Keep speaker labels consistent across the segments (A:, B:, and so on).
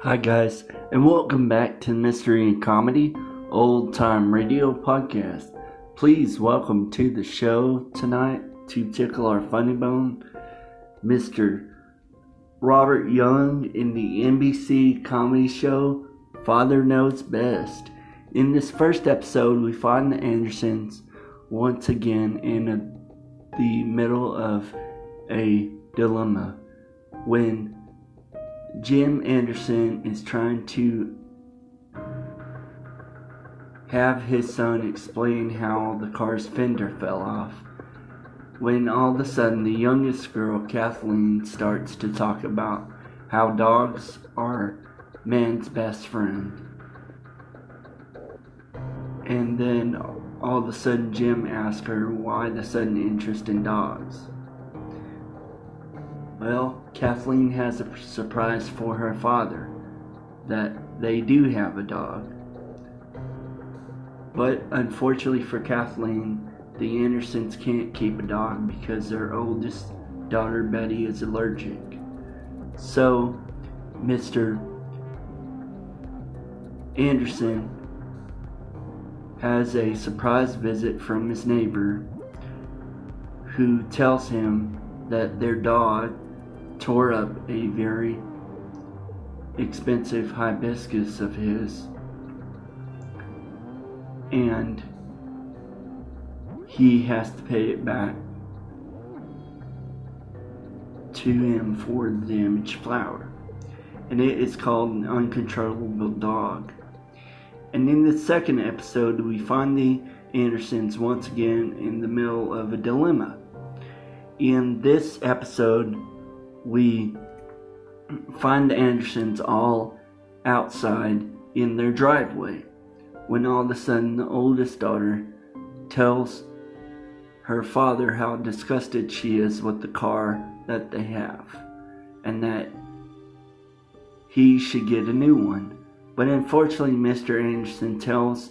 A: Hi, guys, and welcome back to Mystery and Comedy Old Time Radio Podcast. Please welcome to the show tonight to tickle our funny bone, Mr. Robert Young in the NBC comedy show Father Knows Best. In this first episode, we find the Andersons once again in a, the middle of a dilemma when Jim Anderson is trying to have his son explain how the car's fender fell off. When all of a sudden, the youngest girl, Kathleen, starts to talk about how dogs are man's best friend. And then all of a sudden, Jim asks her why the sudden interest in dogs. Well, Kathleen has a surprise for her father that they do have a dog. But unfortunately for Kathleen, the Andersons can't keep a dog because their oldest daughter Betty is allergic. So, Mr. Anderson has a surprise visit from his neighbor who tells him that their dog tore up a very expensive hibiscus of his. And he has to pay it back to him for the damaged flower. And it is called an uncontrollable dog. And in the second episode, we find the Andersons once again in the middle of a dilemma. In this episode, we find the Andersons all outside in their driveway when all of a sudden the oldest daughter tells her father how disgusted she is with the car that they have and that he should get a new one. But unfortunately, Mr. Anderson tells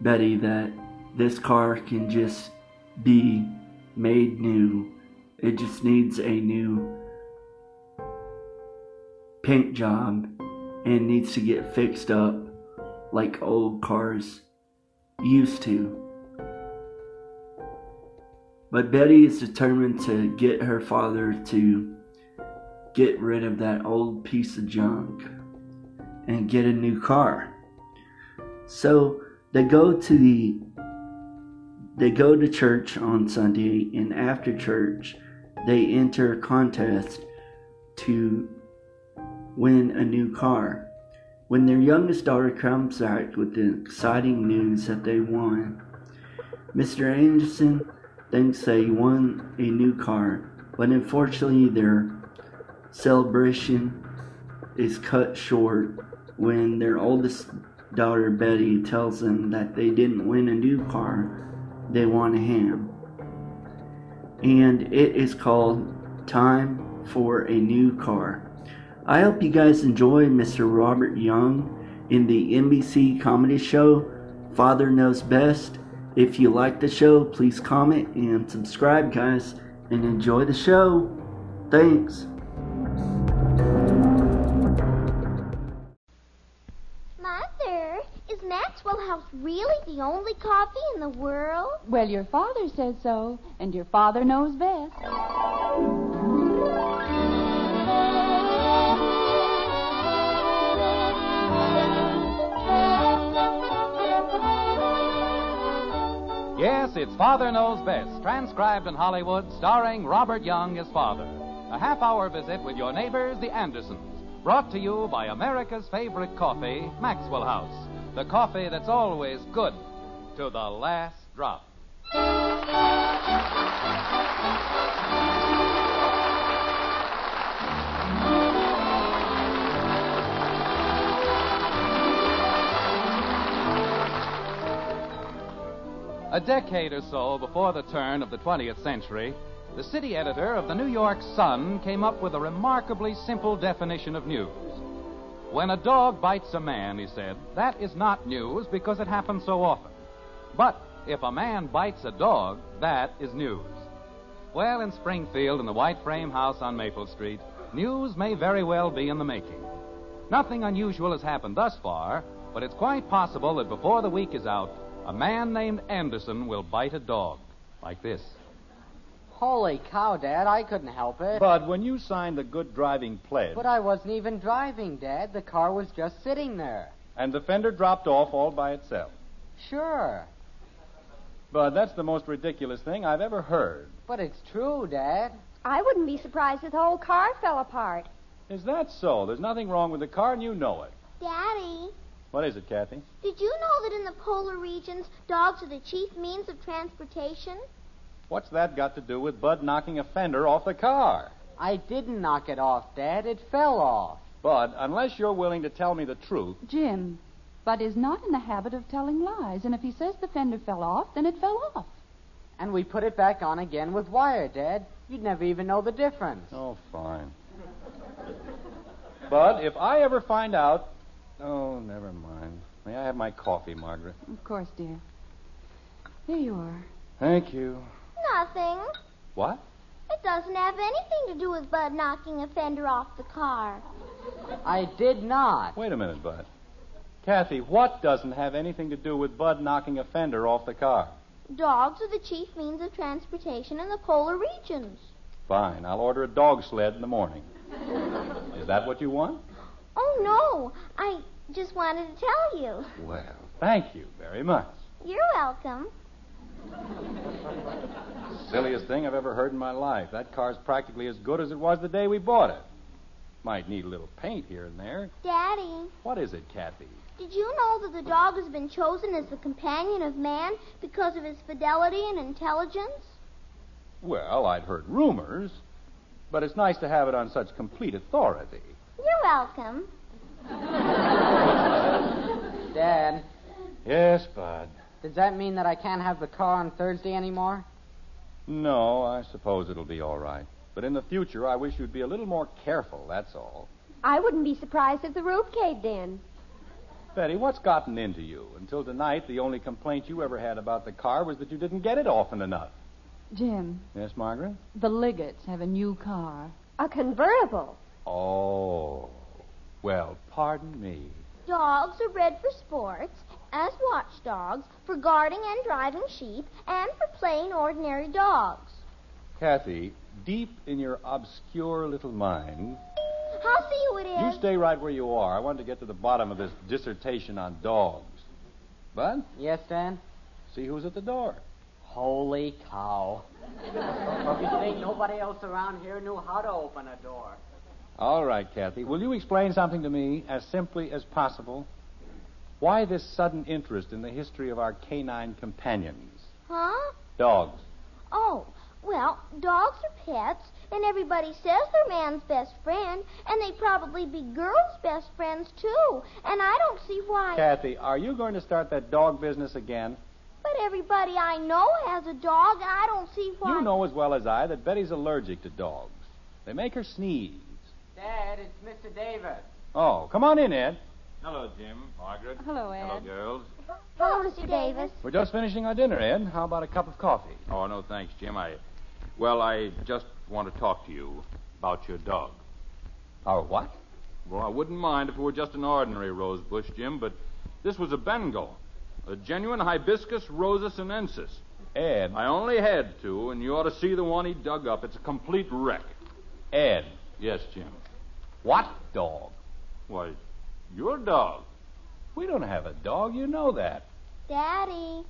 A: Betty that this car can just be made new. It just needs a new paint job and needs to get fixed up like old cars used to. But Betty is determined to get her father to get rid of that old piece of junk and get a new car. So they go to the they go to church on Sunday and after church they enter a contest to win a new car. When their youngest daughter comes back with the exciting news that they won, Mr. Anderson thinks they won a new car, but unfortunately their celebration is cut short when their oldest daughter Betty tells them that they didn't win a new car, they won a ham. And it is called Time for a New Car. I hope you guys enjoy Mr. Robert Young in the NBC comedy show Father Knows Best. If you like the show, please comment and subscribe, guys, and enjoy the show. Thanks.
B: Mother, is Maxwell House really the only coffee in the world?
C: Well, your father says so, and your father knows best.
D: Yes, it's Father Knows Best, transcribed in Hollywood, starring Robert Young as father. A half hour visit with your neighbors, the Andersons, brought to you by America's favorite coffee, Maxwell House. The coffee that's always good to the last drop. A decade or so before the turn of the 20th century, the city editor of the New York Sun came up with a remarkably simple definition of news. When a dog bites a man, he said, that is not news because it happens so often. But if a man bites a dog, that is news. Well, in Springfield, in the white frame house on Maple Street, news may very well be in the making. Nothing unusual has happened thus far, but it's quite possible that before the week is out, a man named Anderson will bite a dog. Like this.
E: Holy cow, Dad, I couldn't help it.
F: Bud, when you signed the good driving pledge
E: But I wasn't even driving, Dad. The car was just sitting there.
F: and the fender dropped off all by itself.
E: Sure.
F: Bud, that's the most ridiculous thing I've ever heard.
E: But it's true, Dad.
G: I wouldn't be surprised if the whole car fell apart.
F: Is that so? There's nothing wrong with the car, and you know it.
B: Daddy,
F: What is it, Kathy?
B: did you know that in the polar regions, dogs are the chief means of transportation?
F: What's that got to do with Bud knocking a fender off the car?
E: I didn't knock it off, Dad. It fell off.
F: Bud, unless you're willing to tell me the truth,
C: Jim, Bud is not in the habit of telling lies, and if he says the fender fell off, then it fell off.
E: And we put it back on again with wire, Dad. You'd never even know the difference.
F: Oh, fine. Bud, if I ever find out. Oh, never mind. May I have my coffee, Margaret?
C: Of course, dear. Here you are.
F: Thank you.
B: Nothing.
F: What?
B: It doesn't have anything to do with Bud knocking a fender off the car.
E: I did not.
F: Wait a minute, Bud. Kathy, what doesn't have anything to do with Bud knocking a fender off the car?
B: Dogs are the chief means of transportation in the polar regions.
F: Fine, I'll order a dog sled in the morning. Is that what you want?
B: Oh, no. I just wanted to tell you.
F: Well, thank you very much.
B: You're welcome.
F: Silliest thing I've ever heard in my life. That car's practically as good as it was the day we bought it. Might need a little paint here and there.
B: Daddy,
F: What is it, Kathy?
B: did you know that the dog has been chosen as the companion of man because of his fidelity and intelligence?
F: Well, I'd heard rumors, but it's nice to have it on such complete authority.
B: You're welcome.
E: Dad,
F: Yes, Bud.
E: does that mean that I can't have the car on Thursday anymore?
F: No, I suppose it'll be all right. But in the future, I wish you'd be a little more careful, that's all.
G: I wouldn't be surprised if the roof caved in.
F: Betty, what's gotten into you? Until tonight, the only complaint you ever had about the car was that you didn't get it often enough.
C: Jim,
F: Yes, Margaret?
C: the Liggetts have a new car.
G: A convertible.
F: Oh. Well, pardon me.
B: Dogs are bred for sports, as watchdogs, for guarding and driving sheep, and for plain ordinary dogs.
F: Kathy, deep in your obscure little mind,
B: I'll see who it is.
F: you stay right where you are. I want to get to the bottom of this dissertation on dogs. Bud?
E: Yes, Dad?
F: See who's at the door.
E: Holy cow. you think nobody else around here knew how to open a door?
F: All right, Kathy. Will you explain something to me as simply as possible? Why this sudden interest in the history of our canine companions,
B: Huh?
F: dogs?
B: Oh, well, dogs are pets, and everybody says they're man's best friend, and they'd probably be girls' best friends, too. And I don't see why.
F: Kathy, are you going to start that dog business again?
B: But everybody I know has a dog, and I don't see why.
F: You know as well as I that Betty's allergic to dogs. They make her sneeze.
E: Dad, it's Mr. Davis.
F: Oh, come on in, Ed.
H: Hello, Jim, Margaret.
C: Hello, Ed.
H: Hello, girls.
G: Oh.
B: Hello, Mr. Davis.
F: We're just finishing our dinner, Ed. How about a cup of coffee?
H: Oh, no, thanks, Jim. I. Well, I just want to talk to you about your dog.
F: Our what?
H: Well, I wouldn't mind if it were just an ordinary rose bush, Jim, but this was a Bengal, a genuine hibiscus rosa sinensis.
F: Ed.
H: I only had two, and you ought to see the one he dug up. It's a complete wreck.
F: Ed.
H: Yes, Jim.
F: What dog?
H: Why, your dog.
F: We don't have a dog. You know that.
B: Daddy.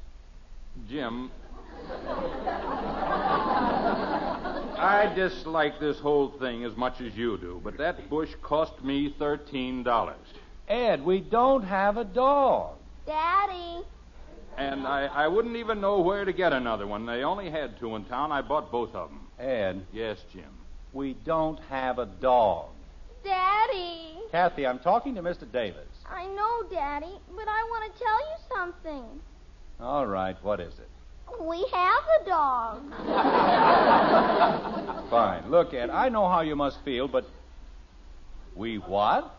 H: Jim. I dislike this whole thing as much as you do, but that bush cost me $13.
F: Ed, we don't have a dog.
B: Daddy.
H: And I, I wouldn't even know where to get another one. They only had two in town. I bought both of them.
F: Ed,
H: Yes, Jim.
F: we don't have a dog.
B: Daddy.
F: Kathy, I'm talking to Mr. Davis.
B: I know, Daddy, but I want to tell you something.
F: All right, what is it?
B: We have a dog.
F: Fine. Look, Ed, I know how you must feel, but. We what?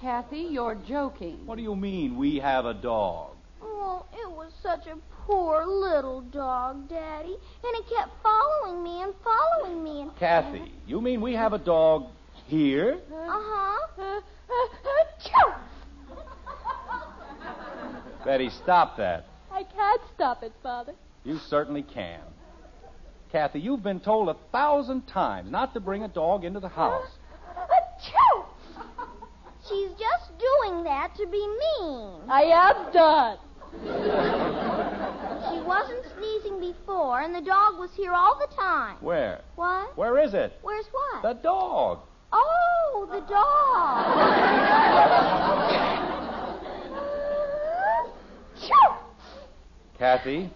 C: Kathy, you're joking.
F: What do you mean we have a dog?
B: Well, it was such a poor little dog, Daddy, and it kept following me and following me and.
F: Kathy, you mean we have a dog here?
B: Uh huh.
G: Achoo!
F: Betty, stop that.
I: I can't stop it, Father.
F: You certainly can. Kathy, you've been told a thousand times not to bring a dog into the house.
B: Achoo! She's just doing that to be mean.
I: I am done.
B: She wasn't sneezing before, and the dog was here all the time.
F: Where?
B: What?
F: Where is it?
B: Where's what?
F: The dog.
B: Oh, the dog. Achoo!
F: Kathy,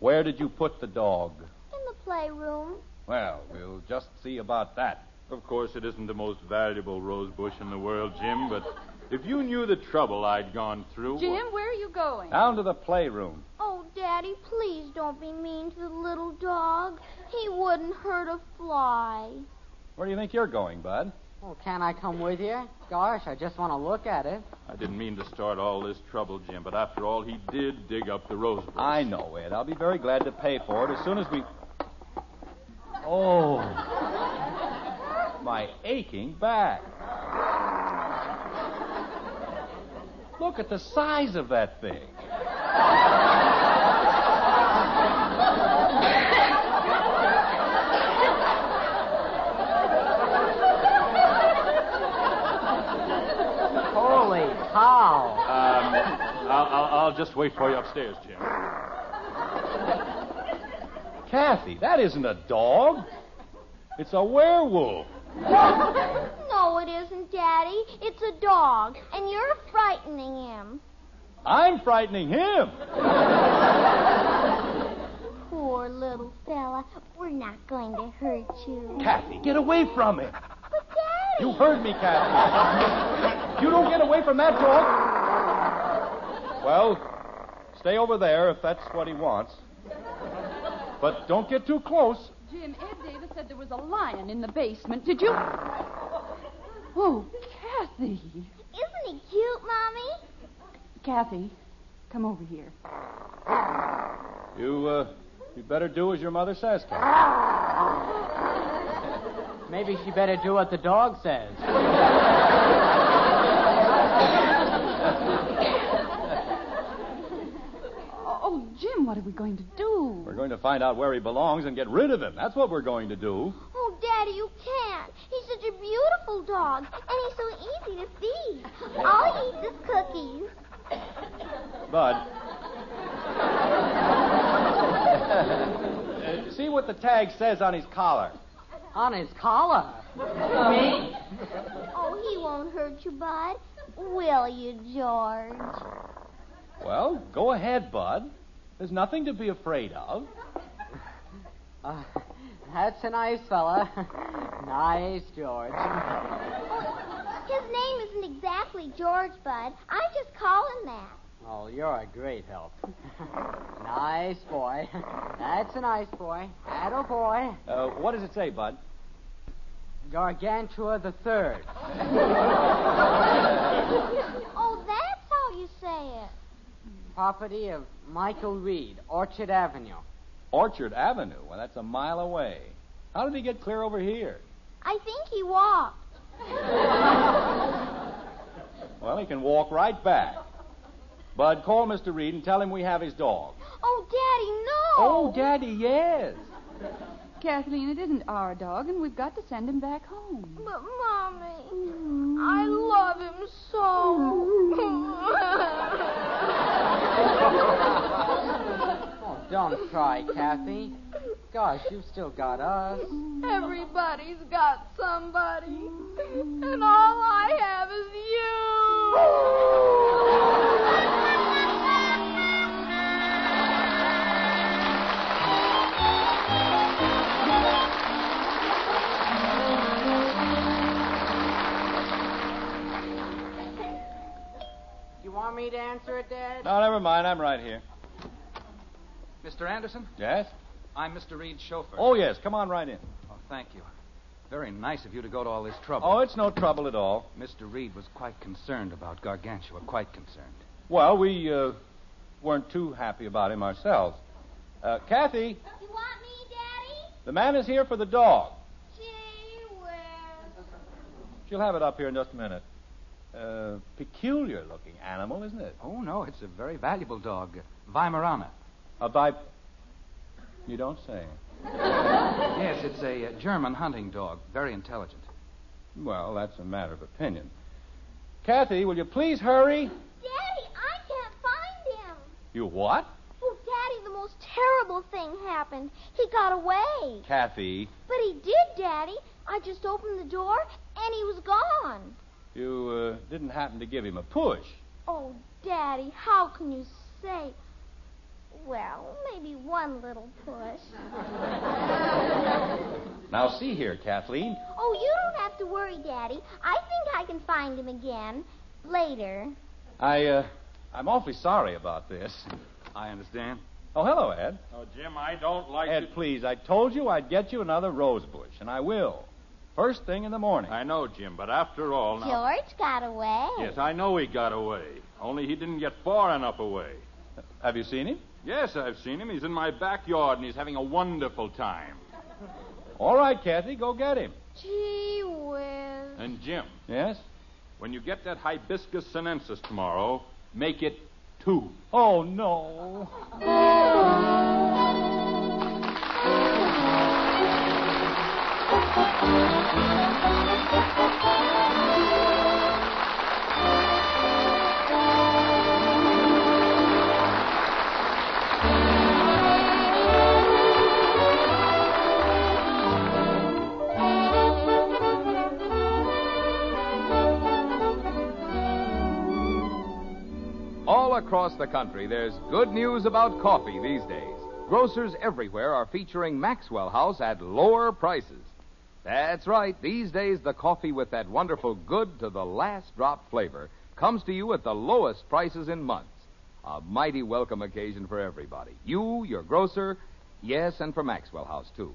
F: where did you put the dog?
B: In the playroom.
F: Well, we'll just see about that.
H: Of course, it isn't the most valuable rose bush in the world, Jim, but if you knew the trouble I'd gone through.
C: Jim, where are you going?
F: Down to the playroom.
B: Oh, Daddy, please don't be mean to the little dog. He wouldn't hurt a fly.
F: Where do you think you're going, Bud?
E: Oh, can I come with you? Gosh, I just want to look at it.
H: I didn't mean to start all this trouble, Jim, but after all, he did dig up the rose bush.
F: I know, Ed. I'll be very glad to pay for it as soon as we. Oh. My aching back. Look at the size of that thing.
E: Holy cow.
H: Um, I'll, I'll, I'll just wait for you upstairs, Jim.
F: Kathy, that isn't a dog. It's a werewolf.
B: No, it isn't, Daddy. It's a dog, and you're frightening him.
F: I'm frightening him.
B: Poor little fella. We're not going to hurt you.
F: Kathy, get away from him.
B: But, Daddy,
F: You heard me, Kathy. you don't get away from that dog. Well, stay over there if that's what he wants. But don't get too close.
C: Jim, Ed Davis said there was a lion in the basement. Did you? Oh, Kathy.
B: isn't he cute, Mommy?
C: Kathy, come over here.
F: You, uh, you better do as your mother says, Kathy.
E: Maybe she better do what the dog says.
C: Oh, oh, Jim, what are we going to do?
F: We're going to find out where he belongs and get rid of him. That's what we're going to do.
B: Oh, Daddy, you can't. He's such a beautiful dog, and he's so easy to feed. All he eats is cookies.
F: Bud. Uh, see what the tag says on his collar.
E: On his collar. Me?
B: Oh, he won't hurt you, Bud. Will you, George?
F: Well, go ahead, Bud. There's nothing to be afraid of.
E: Uh, that's a nice fella. nice, George.
B: His name isn't exactly George, Bud. I just call him that.
E: Oh, you're a great help. nice boy. That's a nice boy. That a boy.
F: Uh, what does it say, Bud?
E: Gargantua the third.
B: Oh, that's how you say it.
E: Property of Michael Reed, Orchard Avenue.
F: Orchard Avenue. Well, that's a mile away. How did he get clear over here?
B: I think he walked.
F: Well, he can walk right back. Bud, call Mr. Reed and tell him we have his dog. Oh,
B: Oh, Daddy, no!
E: Oh.
C: Oh,
F: Daddy, yes.
C: Kathleen, it isn't our dog, and we've got to send him back home.
B: But, Mommy, I love him so.
E: Oh, don't cry, Kathy. Gosh, you've still got us.
I: Everybody's got somebody, and all I have is you.
E: You want me to answer it, Dad?
F: No, never mind. I'm right here.
D: Mr. Anderson,
F: Yes?
D: I'm Mr. Reed's chauffeur.
F: Oh, yes. Come on right in.
D: Oh, thank you. Very nice of you to go to all this trouble.
F: Oh, it's no trouble at all.
D: Mr. Reed was quite concerned about Gargantua, quite concerned.
F: Well, we uh, weren't too happy about him ourselves. Uh, Kathy,
B: you want me, Daddy?
F: the man is here for the dog.
B: Gee whiz.
F: She'll have it up here in just a minute. uh, peculiar looking animal, isn't it?
J: Oh, no, it's a very valuable dog. Weimarana.
F: A bip. You don't say.
J: Yes, it's a uh, German hunting dog. Very intelligent.
F: Well, that's a matter of opinion. Kathy, will you please hurry?
B: Daddy, I can't find him.
F: You what?
B: Oh, Daddy, the most terrible thing happened. He got away.
F: Kathy,
B: But he did, Daddy. I just opened the door and he was gone.
F: you uh, didn't happen to give him a push.
B: Oh, Daddy, how can you say? Well, maybe one little push.
F: Now, see here, Kathleen.
B: Oh, you don't have to worry, Daddy. I think I can find him again later.
F: I, uh, I'm awfully sorry about this.
J: I understand.
F: Oh, hello, Ed.
K: Oh, Jim, I don't like
F: Ed, please, I told you I'd get you another rose bush, and I will. First thing in the morning.
K: I know, Jim, but after all, now.
B: George got away.
K: Yes, I know he got away. Only he didn't get far enough away.
F: Have you seen him?
K: Yes, I've seen him. He's in my backyard and he's having a wonderful time.
F: All right, Kathy, go get him.
L: Gee whiz.
K: And Jim,
F: Yes?
K: when you get that hibiscus sinensis tomorrow, make it two.
F: Oh, no.
J: All across the country, there's good news about coffee these days. Grocers everywhere are featuring Maxwell House at lower prices. That's right, these days the coffee with that wonderful good to the last drop flavor comes to you at the lowest prices in months. A mighty welcome occasion for everybody. You, your grocer, yes, and for Maxwell House, too.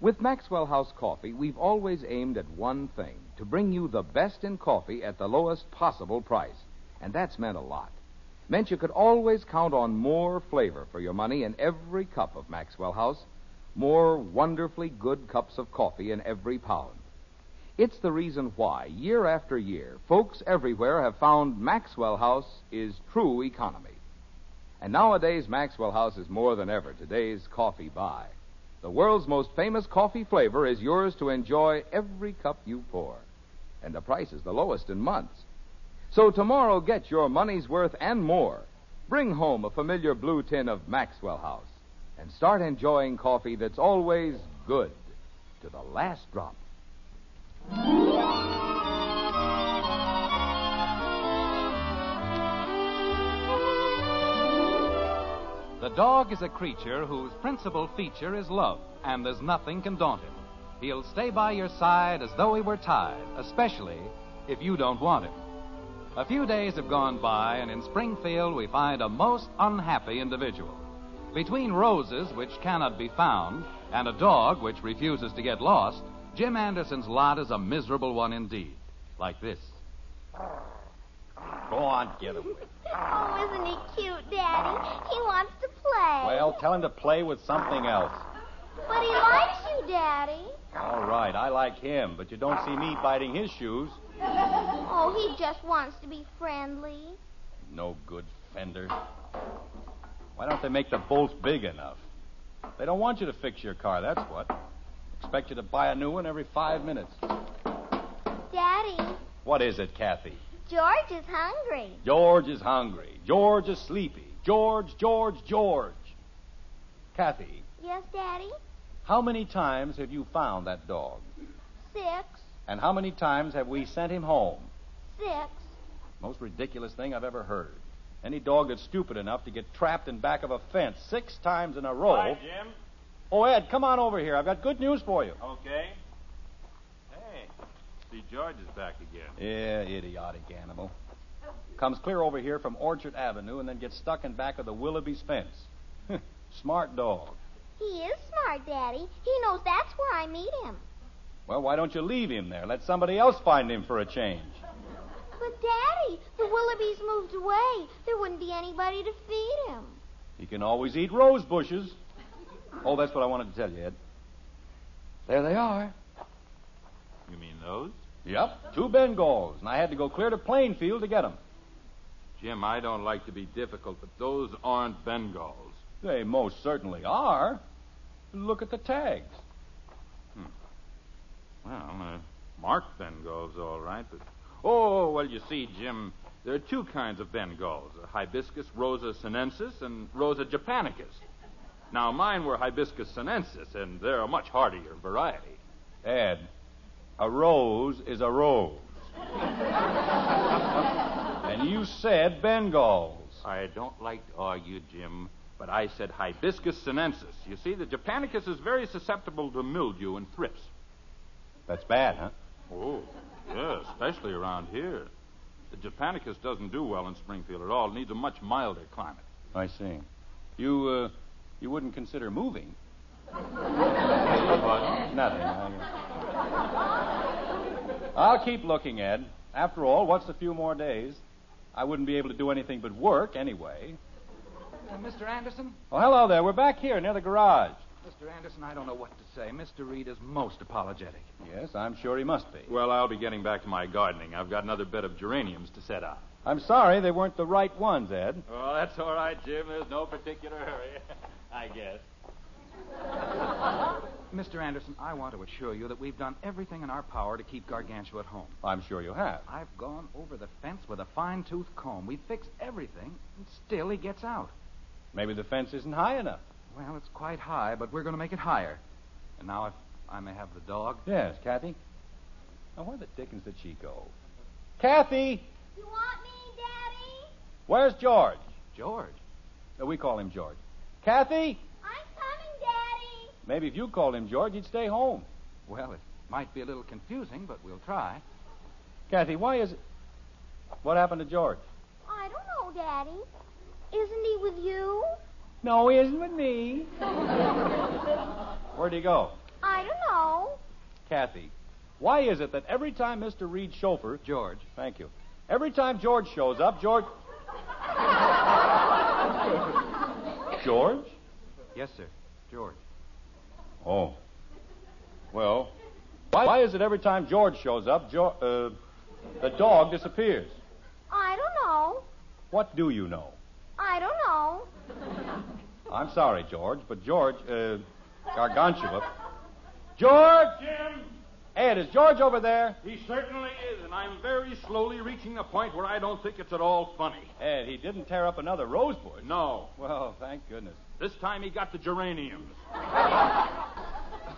J: With Maxwell House Coffee, we've always aimed at one thing to bring you the best in coffee at the lowest possible price. And that's meant a lot. Meant you could always count on more flavor for your money in every cup of Maxwell House, more wonderfully good cups of coffee in every pound. It's the reason why, year after year, folks everywhere have found Maxwell House is true economy. And nowadays, Maxwell House is more than ever today's coffee buy. The world's most famous coffee flavor is yours to enjoy every cup you pour. And the price is the lowest in months. So tomorrow, get your money's worth and more. Bring home a familiar blue tin of Maxwell House and start enjoying coffee that's always good to the last drop. The dog is a creature whose principal feature is love, and there's nothing can daunt him. He'll stay by your side as though he were tied, especially if you don't want him. A few days have gone by, and in Springfield we find a most unhappy individual. Between roses, which cannot be found, and a dog which refuses to get lost, Jim Anderson's lot is a miserable one indeed. Like this.
F: Go on, get him.
B: Oh, isn't he cute, Daddy? He wants to play.
F: Well, tell him to play with something else.
B: But he likes you, Daddy.
F: All right, I like him, but you don't see me biting his shoes.
B: Oh, he just wants to be friendly.
F: No good fender. Why don't they make the bolts big enough? They don't want you to fix your car, that's what. Expect you to buy a new one every five minutes.
B: Daddy,
F: What is it, Kathy?
B: George is hungry.
F: George is hungry. George is sleepy. George, George, George. Kathy,
B: Yes, Daddy?
F: how many times have you found that dog?
B: Six,
F: And how many times have we sent him home?
B: six.
F: Most ridiculous thing I've ever heard. Any dog that's stupid enough to get trapped in back of a fence six times in a row.
K: Hi, Jim.
F: Oh, Ed, come on over here. I've got good news for you.
K: Okay. Hey. See, George is back again.
F: Yeah, idiotic animal. Comes clear over here from Orchard Avenue and then gets stuck in back of the Willoughby's fence. Smart dog.
B: He is smart, Daddy. He knows that's where I meet him.
F: Well, why don't you leave him there? Let somebody else find him for a change.
B: But, Daddy, the Willoughbys moved away. There wouldn't be anybody to feed him.
F: He can always eat rose bushes. Oh, that's what I wanted to tell you, Ed. There they are.
K: You mean those?
F: Yep, two Bengals, and I had to go clear to Plainfield to get them.
H: Jim, I don't like to be difficult, but those aren't Bengals.
F: They most certainly are. Look at the tags.
H: Well, uh, marked Bengals, all right, but. Oh, well, you see, Jim, there are two kinds of Bengals a hibiscus rosa sinensis and rosa japonicus. Now, mine were hibiscus sinensis, and they're a much hardier variety.
F: Ed, a rose is a rose. and you said Bengals.
H: I don't like to argue, Jim, but I said hibiscus sinensis. You see, the japonicus is very susceptible to mildew and thrips.
F: That's bad, huh?
H: Oh, yeah, especially around here. The Japanicus doesn't do well in Springfield at all. It needs a much milder climate.
F: I see. You, uh, you wouldn't consider moving.
H: But
F: Nothing. I... I'll keep looking, Ed. After all, what's a few more days? I wouldn't be able to do anything but work anyway.
D: Uh, Mr. Anderson?
F: Oh, hello there. We're back here near the garage.
D: Mr. Anderson, I don't know what to say. Mr. Reed is most apologetic.
F: Yes, I'm sure he must be.
H: well, I'll be getting back to my gardening. I've got another bed of geraniums to set up.
F: I'm sorry they weren't the right ones, Ed.
H: Well, that's all right, Jim. There's no particular hurry, I guess.
D: Mr. Anderson, I want to assure you that we've done everything in our power to keep Gargantua at home.
F: I'm sure you have.
D: I've gone over the fence with a fine tooth comb. We fixed everything, and still he gets out.
F: Maybe the fence isn't high enough.
D: Well, it's quite high, but we're going to make it higher. And now, if I may have the dog.
F: Yes, Kathy. Now, where the dickens did she go? Kathy!
B: You want me, Daddy?
F: Where's George?
D: George.
F: Uh, we call him George. Kathy!
B: I'm coming, Daddy.
F: Maybe if you called him George, he'd stay home.
D: Well, it might be a little confusing, but we'll try.
F: Kathy, why is it. What happened to George?
B: I don't know, Daddy. Isn't he with you?
F: No, he isn't with me. Where'd he go?
B: I don't know.
F: Kathy, why is it that every time Mr. Reed's chauffeur.
D: George.
F: Thank you. Every time George shows up, George. George?
D: Yes, sir. George.
F: Oh. Well, why, why is it every time George shows up, jo- uh, the dog disappears?
B: I don't know.
F: What do you know?
B: I don't know.
F: I'm sorry, George, but George, uh, Gargantua. George!
H: Jim!
F: Ed, is George over there?
H: He certainly is, and I'm very slowly reaching a point where I don't think it's at all funny.
F: Ed, he didn't tear up another rose bush.
H: No.
F: Well, thank goodness.
H: This time he got the geraniums.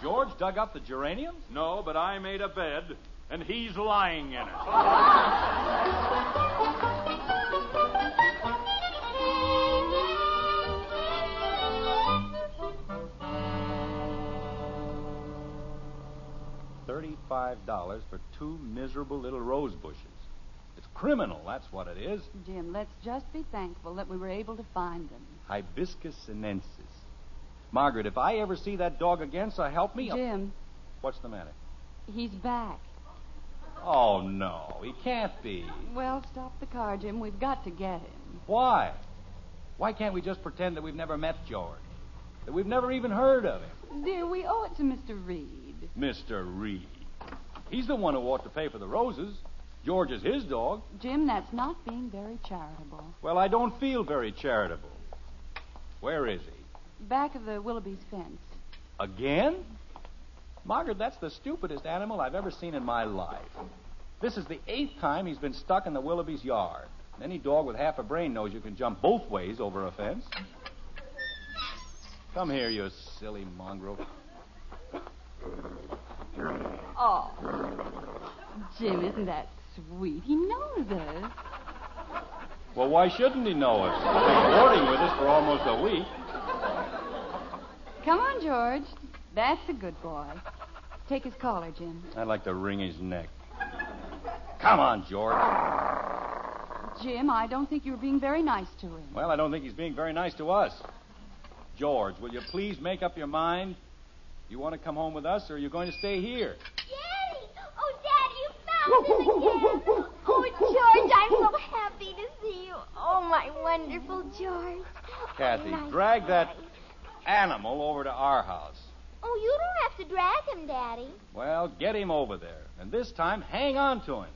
F: George dug up the geraniums?
H: No, but I made a bed, and he's lying in it.
F: Thirty-five dollars for two miserable little rose bushes. It's criminal, that's what it is.
C: Jim, let's just be thankful that we were able to find them.
F: Hibiscus sinensis. Margaret, if I ever see that dog again, so help me.
C: Jim,
F: What's the matter?
C: he's back.
F: Oh no, he can't be.
C: Well, stop the car, Jim. We've got to get him.
F: Why? Why can't we just pretend that we've never met George? That we've never even heard of him?
C: Dear, we owe it to Mr. Reed.
F: Mr. Reed. He's the one who ought to pay for the roses. George is his dog.
C: Jim, that's not being very charitable.
F: Well, I don't feel very charitable. Where is he?
C: Back of the Willoughby's fence.
F: Again? Margaret, that's the stupidest animal I've ever seen in my life. This is the eighth time he's been stuck in the Willoughby's yard. Any dog with half a brain knows you can jump both ways over a fence. Come here, you silly mongrel.
C: Oh. Jim, isn't that sweet? He knows us.
F: Well, why shouldn't he know us? He's been boarding with us for almost a week.
C: Come on, George. That's a good boy. Take his collar, Jim.
F: I'd like to wring his neck. Come on, George.
C: Jim, I don't think you're being very nice to him.
F: Well, I don't think he's being very nice to us. George, will you please make up your mind? You want to come home with us, or are you going to stay here?
B: Daddy! Oh, Daddy, you found him again! Oh, George, I'm so happy to see you. Oh, my wonderful George.
F: Kathy,
B: Oh, my
F: drag that
B: boy.
F: animal over to our house.
B: Oh, you don't have to drag him, Daddy.
F: Well, get him over there. And this time, hang on to him.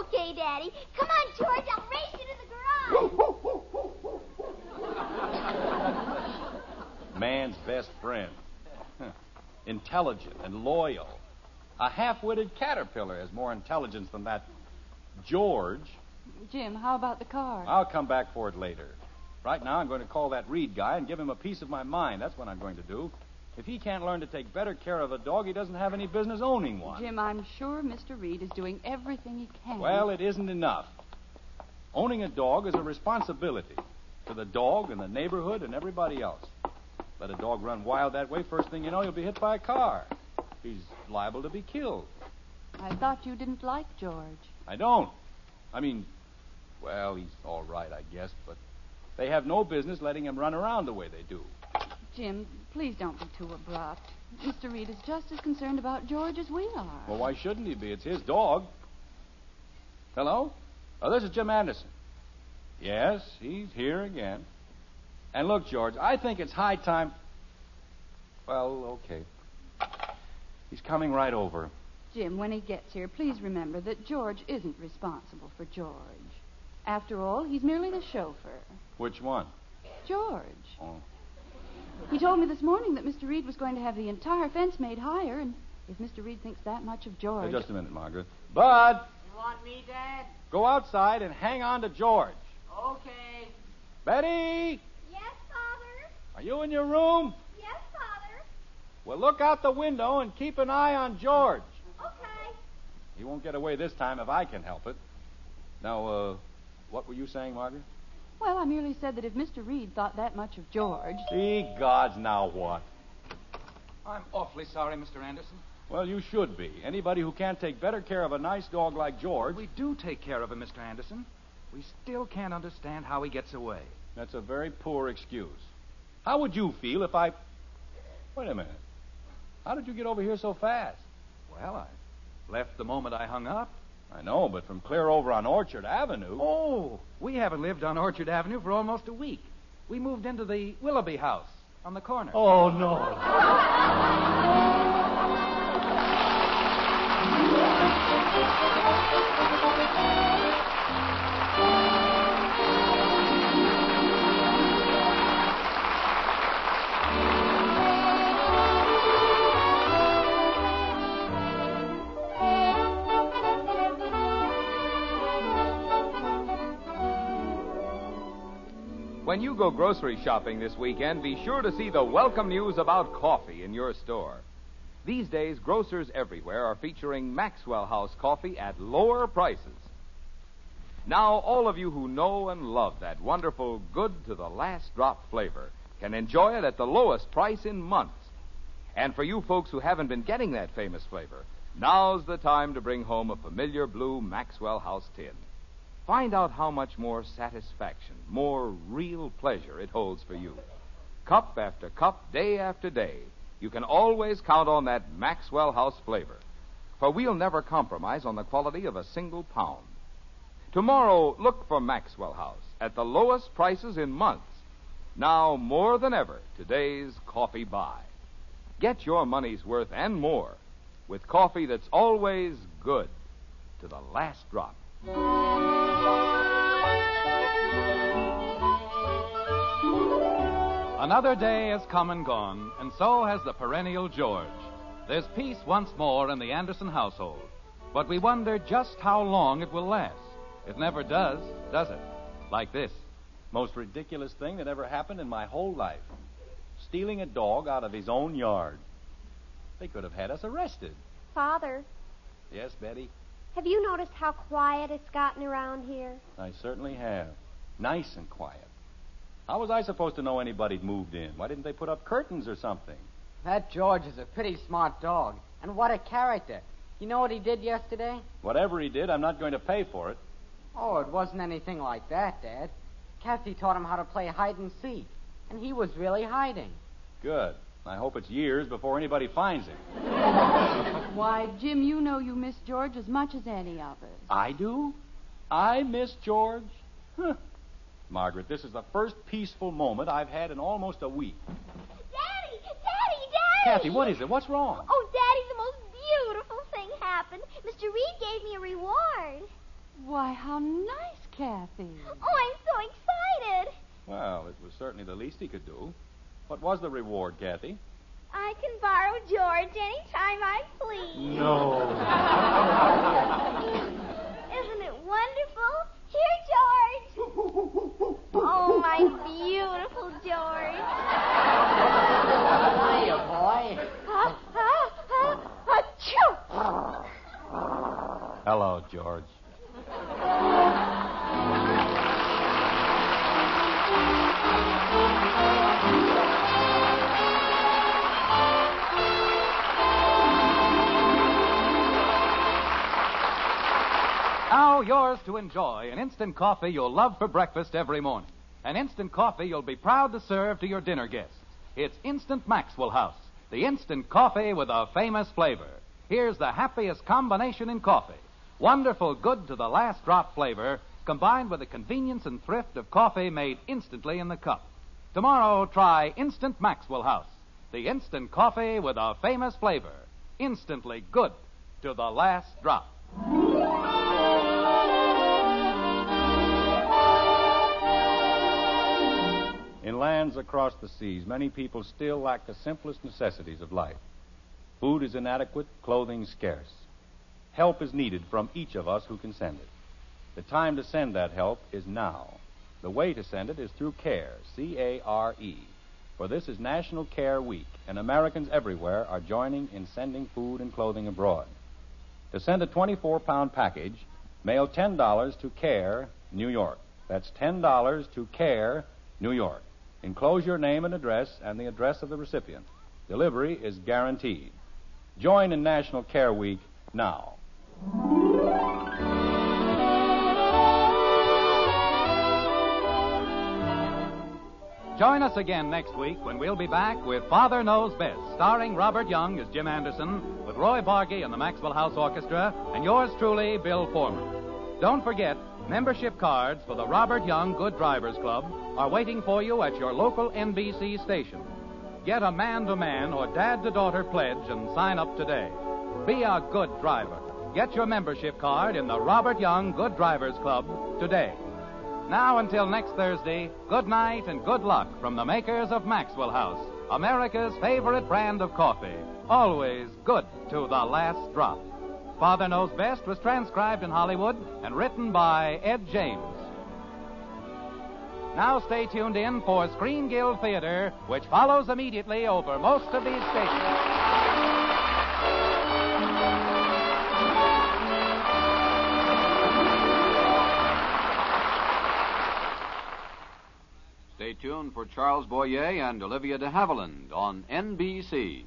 B: Okay, Daddy. Come on, George. I'll race you to the garage.
F: Man's best friend. Huh. Intelligent and loyal. A half witted caterpillar has more intelligence than that George.
C: Jim, how about the car?
F: I'll come back for it later. Right now, I'm going to call that Reed guy and give him a piece of my mind. That's what I'm going to do. If he can't learn to take better care of a dog, he doesn't have any business owning one.
C: Jim, I'm sure Mr. Reed is doing everything he can.
F: Well, it isn't enough. Owning a dog is a responsibility to the dog and the neighborhood and everybody else. Let a dog run wild that way, first thing you know, you'll be hit by a car. He's liable to be killed.
C: I thought you didn't like George.
F: I don't. I mean, well, he's all right, I guess, but they have no business letting him run around the way they do.
C: Jim, please don't be too abrupt. Mr. Reed is just as concerned about George as we are.
F: Well, why shouldn't he be? It's his dog. Hello? Oh, this is Jim Anderson. Yes, he's here again. And look, George, I think it's high time. Well, okay. He's coming right over.
C: Jim, when he gets here, please remember that George isn't responsible for George. After all, he's merely the chauffeur.
F: Which one?
C: George.
F: Oh.
C: He told me this morning that Mr. Reed was going to have the entire fence made higher, and if Mr. Reed thinks that much of
F: Now,
C: George.
F: just a minute, Margaret. Bud,
E: You want me, Dad?
F: go outside and hang on to George.
E: Okay.
F: Betty,
B: Yes, Father.
F: are you in your room?
B: Yes, Father.
F: Well, look out the window and keep an eye on George.
B: Okay.
F: He won't get away this time if I can help it. Now, uh, what were you saying, Margaret?
C: Well, I merely said that if Mr. Reed thought that much of George.
F: See, gods, now what?
D: I'm awfully sorry, Mr. Anderson.
F: Well, you should be. Anybody who can't take better care of a nice dog like George.
D: We do take care of him, Mr. Anderson. We still can't understand how he gets away.
F: That's a very poor excuse. How would you feel if I. Wait a minute. How did you get over here so fast?
D: Well, I left the moment I hung up.
F: I know, but from clear over on Orchard Avenue.
D: Oh, we haven't lived on Orchard Avenue for almost a week. We moved into the Willoughby house on the corner.
F: Oh, no.
J: When you go grocery shopping this weekend, be sure to see the welcome news about coffee in your store. These days, grocers everywhere are featuring Maxwell House coffee at lower prices. Now, all of you who know and love that wonderful good to the last drop flavor can enjoy it at the lowest price in months. And for you folks who haven't been getting that famous flavor, now's the time to bring home a familiar blue Maxwell House tin. Find out how much more satisfaction, more real pleasure it holds for you. Cup after cup, day after day, you can always count on that Maxwell House flavor. For we'll never compromise on the quality of a single pound. Tomorrow, look for Maxwell House at the lowest prices in months. Now, more than ever, today's coffee buy. Get your money's worth and more with coffee that's always good to the last drop.
D: Another day has come and gone, and so has the perennial George. There's peace once more in the Anderson household, but we wonder just how long it will last. It never does, does it? Like this.
F: Most ridiculous thing that ever happened in my whole life. Stealing a dog out of his own yard. They could have had us arrested.
G: Father,
F: Yes, Betty,
G: have you noticed how quiet it's gotten around here?
F: I certainly have. Nice and quiet. How was I supposed to know anybody'd moved in? Why didn't they put up curtains or something?
E: That George is a pretty smart dog. And what a character. You know what he did yesterday?
F: Whatever he did, I'm not going to pay for it.
E: Oh, it wasn't anything like that, Dad. Kathy taught him how to play hide and seek, and he was really hiding.
F: Good. I hope it's years before anybody finds him.
C: Why, Jim, you know you miss George as much as any of us.
F: I do? I miss George? Huh. Margaret, this is the first peaceful moment I've had in almost a week.
B: Daddy! Daddy! Daddy!
F: Kathy, what is it? What's wrong?
B: Oh, Daddy, the most
C: Why, how nice, Kathy.
B: Oh, I'm so excited.
F: Well, it was certainly the least he could do. What was the reward, Kathy?
B: I can borrow George anytime I please. Isn't it wonderful? Here, George. Oh, my beautiful George.
E: Hiya, boy.
B: Ah, ah, ah, achoo.
F: Hello, George.
D: Now yours to enjoy an instant coffee you'll love for breakfast every morning. An instant coffee you'll be proud to serve to your dinner guests. It's Instant Maxwell House, the instant coffee with a famous flavor. Here's the happiest combination in coffee. Wonderful good to the last drop flavor combined with the convenience and thrift of coffee made instantly in the cup. Tomorrow try Instant Maxwell House, the instant coffee with a famous flavor. Instantly good to the last drop.
F: In lands across the seas, many people still lack the simplest necessities of life. Food is inadequate, clothing scarce. Help is needed from each of us who can send it. The time to send that help is now. The way to send it is through CARE, C A R E, for this is National Care Week, and Americans everywhere are joining in sending food and clothing abroad. To send a 24 pound package, mail $10 to CARE, New York. That's $10 to CARE, New York. Enclose your name and address and the address of the recipient. Delivery is guaranteed. Join in National Care Week now.
D: Join us again next week when we'll be back with Father Knows Best, starring Robert Young as Jim Anderson, with Roy Bargy and the Maxwell House Orchestra, and yours truly, Bill Foreman. Don't forget, membership cards for the Robert Young Good Drivers Club are waiting for you at your local NBC station. Get a man to man or dad to daughter pledge and sign up today. Be a good driver. Get your membership card in the Robert Young Good Drivers Club today. Now, until next Thursday, good night and good luck from the makers of Maxwell House, America's favorite brand of coffee. Always good to the last drop. Father Knows Best was transcribed in Hollywood and written by Ed James. Now, stay tuned in for Screen Guild Theater, which follows immediately over most of these stations.
M: Stay tuned for Charles Boyer and Olivia de Havilland on NBC.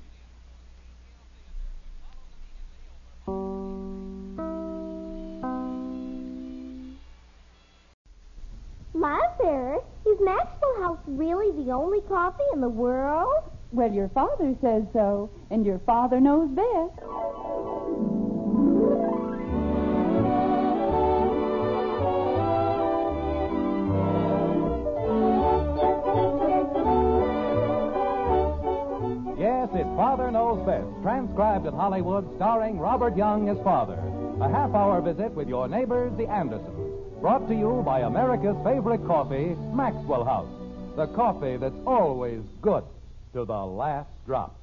B: Mother, is Maxwell House really the only coffee in the world?
C: Well, your father says so, and your father knows best.
D: Yes, it's Father Knows Best, transcribed in Hollywood, starring Robert Young as father. A half hour visit with your neighbors, the Andersons. Brought to you by America's favorite coffee, Maxwell House. The coffee that's always good to the last drop.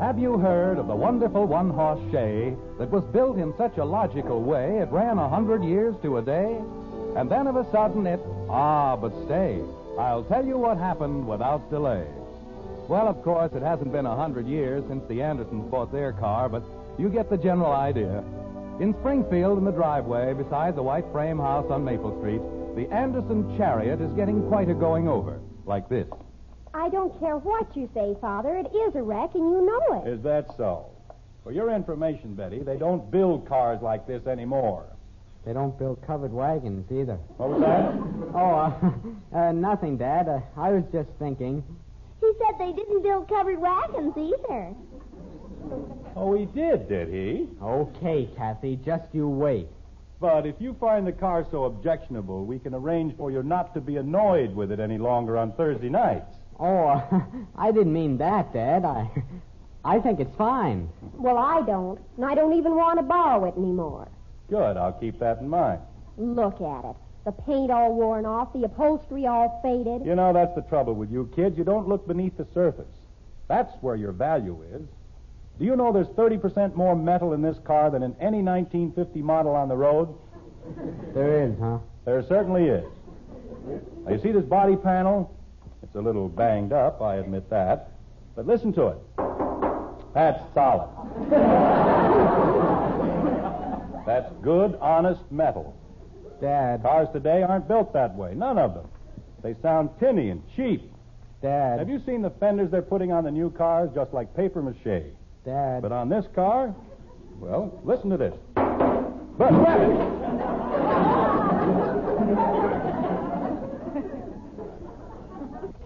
D: Have you heard of the wonderful one horse shay that was built in such a logical way it ran a hundred years to a day? And then of a sudden it, ah, but stay, I'll tell you what happened without delay. Well, of course, it hasn't been a hundred years since the Andersons bought their car, but you get the general idea. In Springfield, in the driveway, beside the white frame house on Maple Street, the Anderson chariot is getting quite a going over, like this.
G: I don't care what you say, Father. It is a wreck, and you know it.
F: Is that so? For your information, Betty, they don't build cars like this anymore.
E: They don't build covered wagons either.
F: What was that?
E: Oh, uh, uh, nothing, Dad. Uh, I was just thinking.
B: He said they didn't build covered wagons either.
F: oh, he did, did he?
E: Okay, Kathy, just you wait.
F: But if you find the car so objectionable, we can arrange for you not to be annoyed with it any longer on Thursday nights.
E: Oh, I didn't mean that, Dad. I, I think it's fine.
G: Well, I don't, and I don't even want to borrow it anymore.
F: Good, I'll keep that in mind.
G: Look at it. The paint all worn off, the upholstery all faded.
F: You know, that's the trouble with you kids. You don't look beneath the surface. That's where your value is. Do you know there's 30% more metal in this car than in any 1950 model on the road?
E: There is, huh?
F: There certainly is. Now, you see this body panel? It's a little banged up, I admit that. But listen to it. That's solid. That's good, honest metal.
E: Dad.
F: Cars today aren't built that way. None of them. They sound tinny and cheap.
E: Dad.
F: Have you seen the fenders they're putting on the new cars? Just like paper mache.
E: Dad.
F: But on this car, well, listen to this. But, but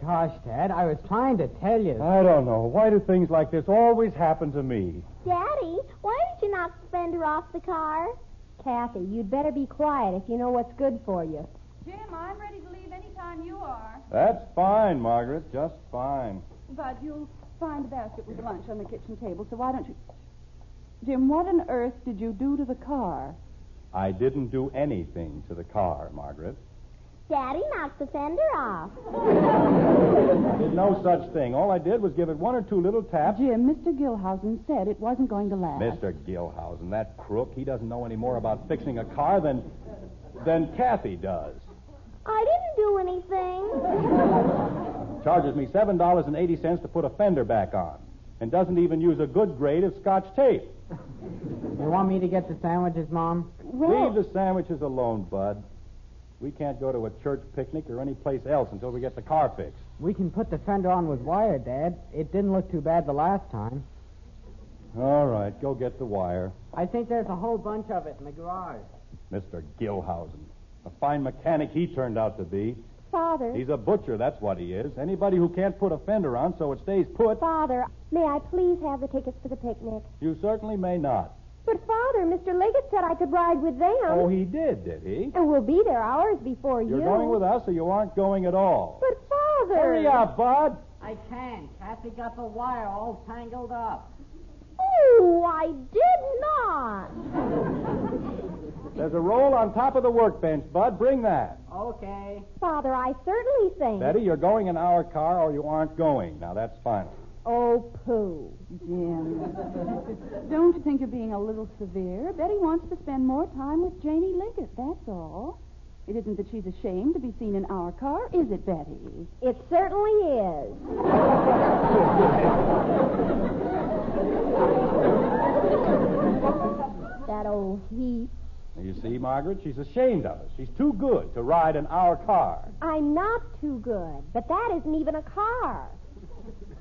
E: Gosh, Dad, I was trying to tell you.
F: I don't know. Why do things like this always happen to me?
B: Daddy, why did you knock the fender off the car?
G: Kathy, you'd better be quiet if you know what's good for you.
N: Jim, I'm ready to leave any time you are.
F: That's fine, Margaret. Just fine.
C: But you'll find a basket with lunch on the kitchen table, so why don't you. Jim, what on earth did you do to the car?
F: I didn't do anything to the car, Margaret.
B: Daddy knocked the fender off.
F: I did no such thing. All I did was give it one or two little taps.
C: Jim, Mr. Gilhausen said it wasn't going to last.
F: Mr. Gilhausen, that crook, he doesn't know any more about fixing a car than than Kathy does.
B: I didn't do anything.
F: Charges me seven dollars and eighty cents to put a fender back on, and doesn't even use a good grade of Scotch tape.
E: You want me to get the sandwiches, Mom?
F: Leave the sandwiches alone, Bud. We can't go to a church picnic or any place else until we get the car fixed.
E: We can put the fender on with wire, Dad. It didn't look too bad the last time.
F: All right, go get the wire.
E: I think there's a whole bunch of it in the garage.
F: Mr. Gilhausen. A fine mechanic he turned out to be.
G: Father.
F: He's a butcher, that's what he is. Anybody who can't put a fender on so it stays put.
G: Father, may I please have the tickets for the picnic?
F: You certainly may not.
G: But, Father, Mr. Liggett said I could ride with them.
F: Oh, he did, did he?
G: And we'll be there hours before you.
F: You're going with us or you aren't going at all.
G: But, Father.
F: Hurry up, Bud.
O: I can. Kathy got the wire all tangled up.
B: Oh, I did not.
F: There's a roll on top of the workbench, Bud. Bring that.
O: Okay.
G: Father, I certainly think.
F: Betty, you're going in our car or you aren't going. Now, that's final.
G: Oh, pooh.
C: Jim. Don't you think you're being a little severe? Betty wants to spend more time with Janie Liggett, that's all. It isn't that she's ashamed to be seen in our car, is it, Betty?
G: It certainly is. that oh, old heap.
F: You see, Margaret, she's ashamed of us. She's too good to ride in our car.
G: I'm not too good, but that isn't even a car.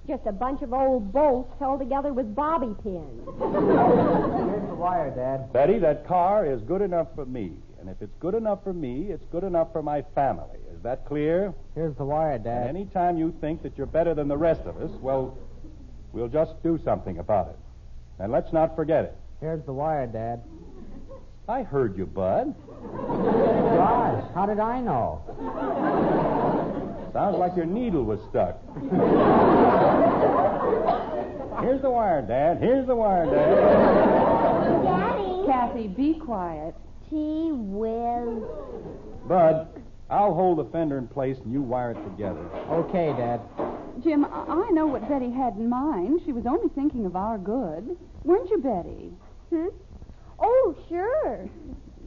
G: Just a bunch of old bolts held together with bobby pins.
O: Here's the wire, Dad.
F: Betty, that car is good enough for me. And if it's good enough for me, it's good enough for my family. Is that clear?
E: Here's the wire, Dad.
F: And any time you think that you're better than the rest of us, well, we'll just do something about it. And let's not forget it.
E: Here's the wire, Dad.
F: I heard you, Bud.
E: Gosh, how did I know?
F: Sounds like your needle was stuck. Here's the wire, Dad. Here's the wire, Dad.
B: Daddy.
C: Kathy, be quiet.
B: Gee whiz.
F: Bud, I'll hold the fender in place and you wire it together.
E: Okay, Dad.
C: Jim, I I know what Betty had in mind. She was only thinking of our good. Weren't you, Betty?
B: Hmm? Oh, sure.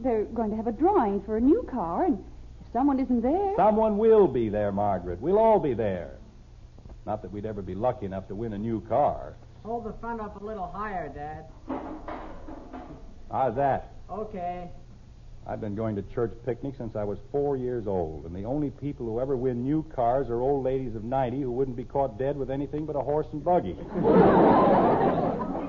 C: They're going to have a drawing for a new car, and if someone isn't there.
F: Someone will be there, Margaret. We'll all be there. Not that we'd ever be lucky enough to win a new car.
O: Hold the front up a little higher, Dad.
F: How's Ah, that?
O: Okay.
F: I've been going to church picnics since I was four years old, and the only people who ever win new cars are old ladies of 90 who wouldn't be caught dead with anything but a horse and buggy.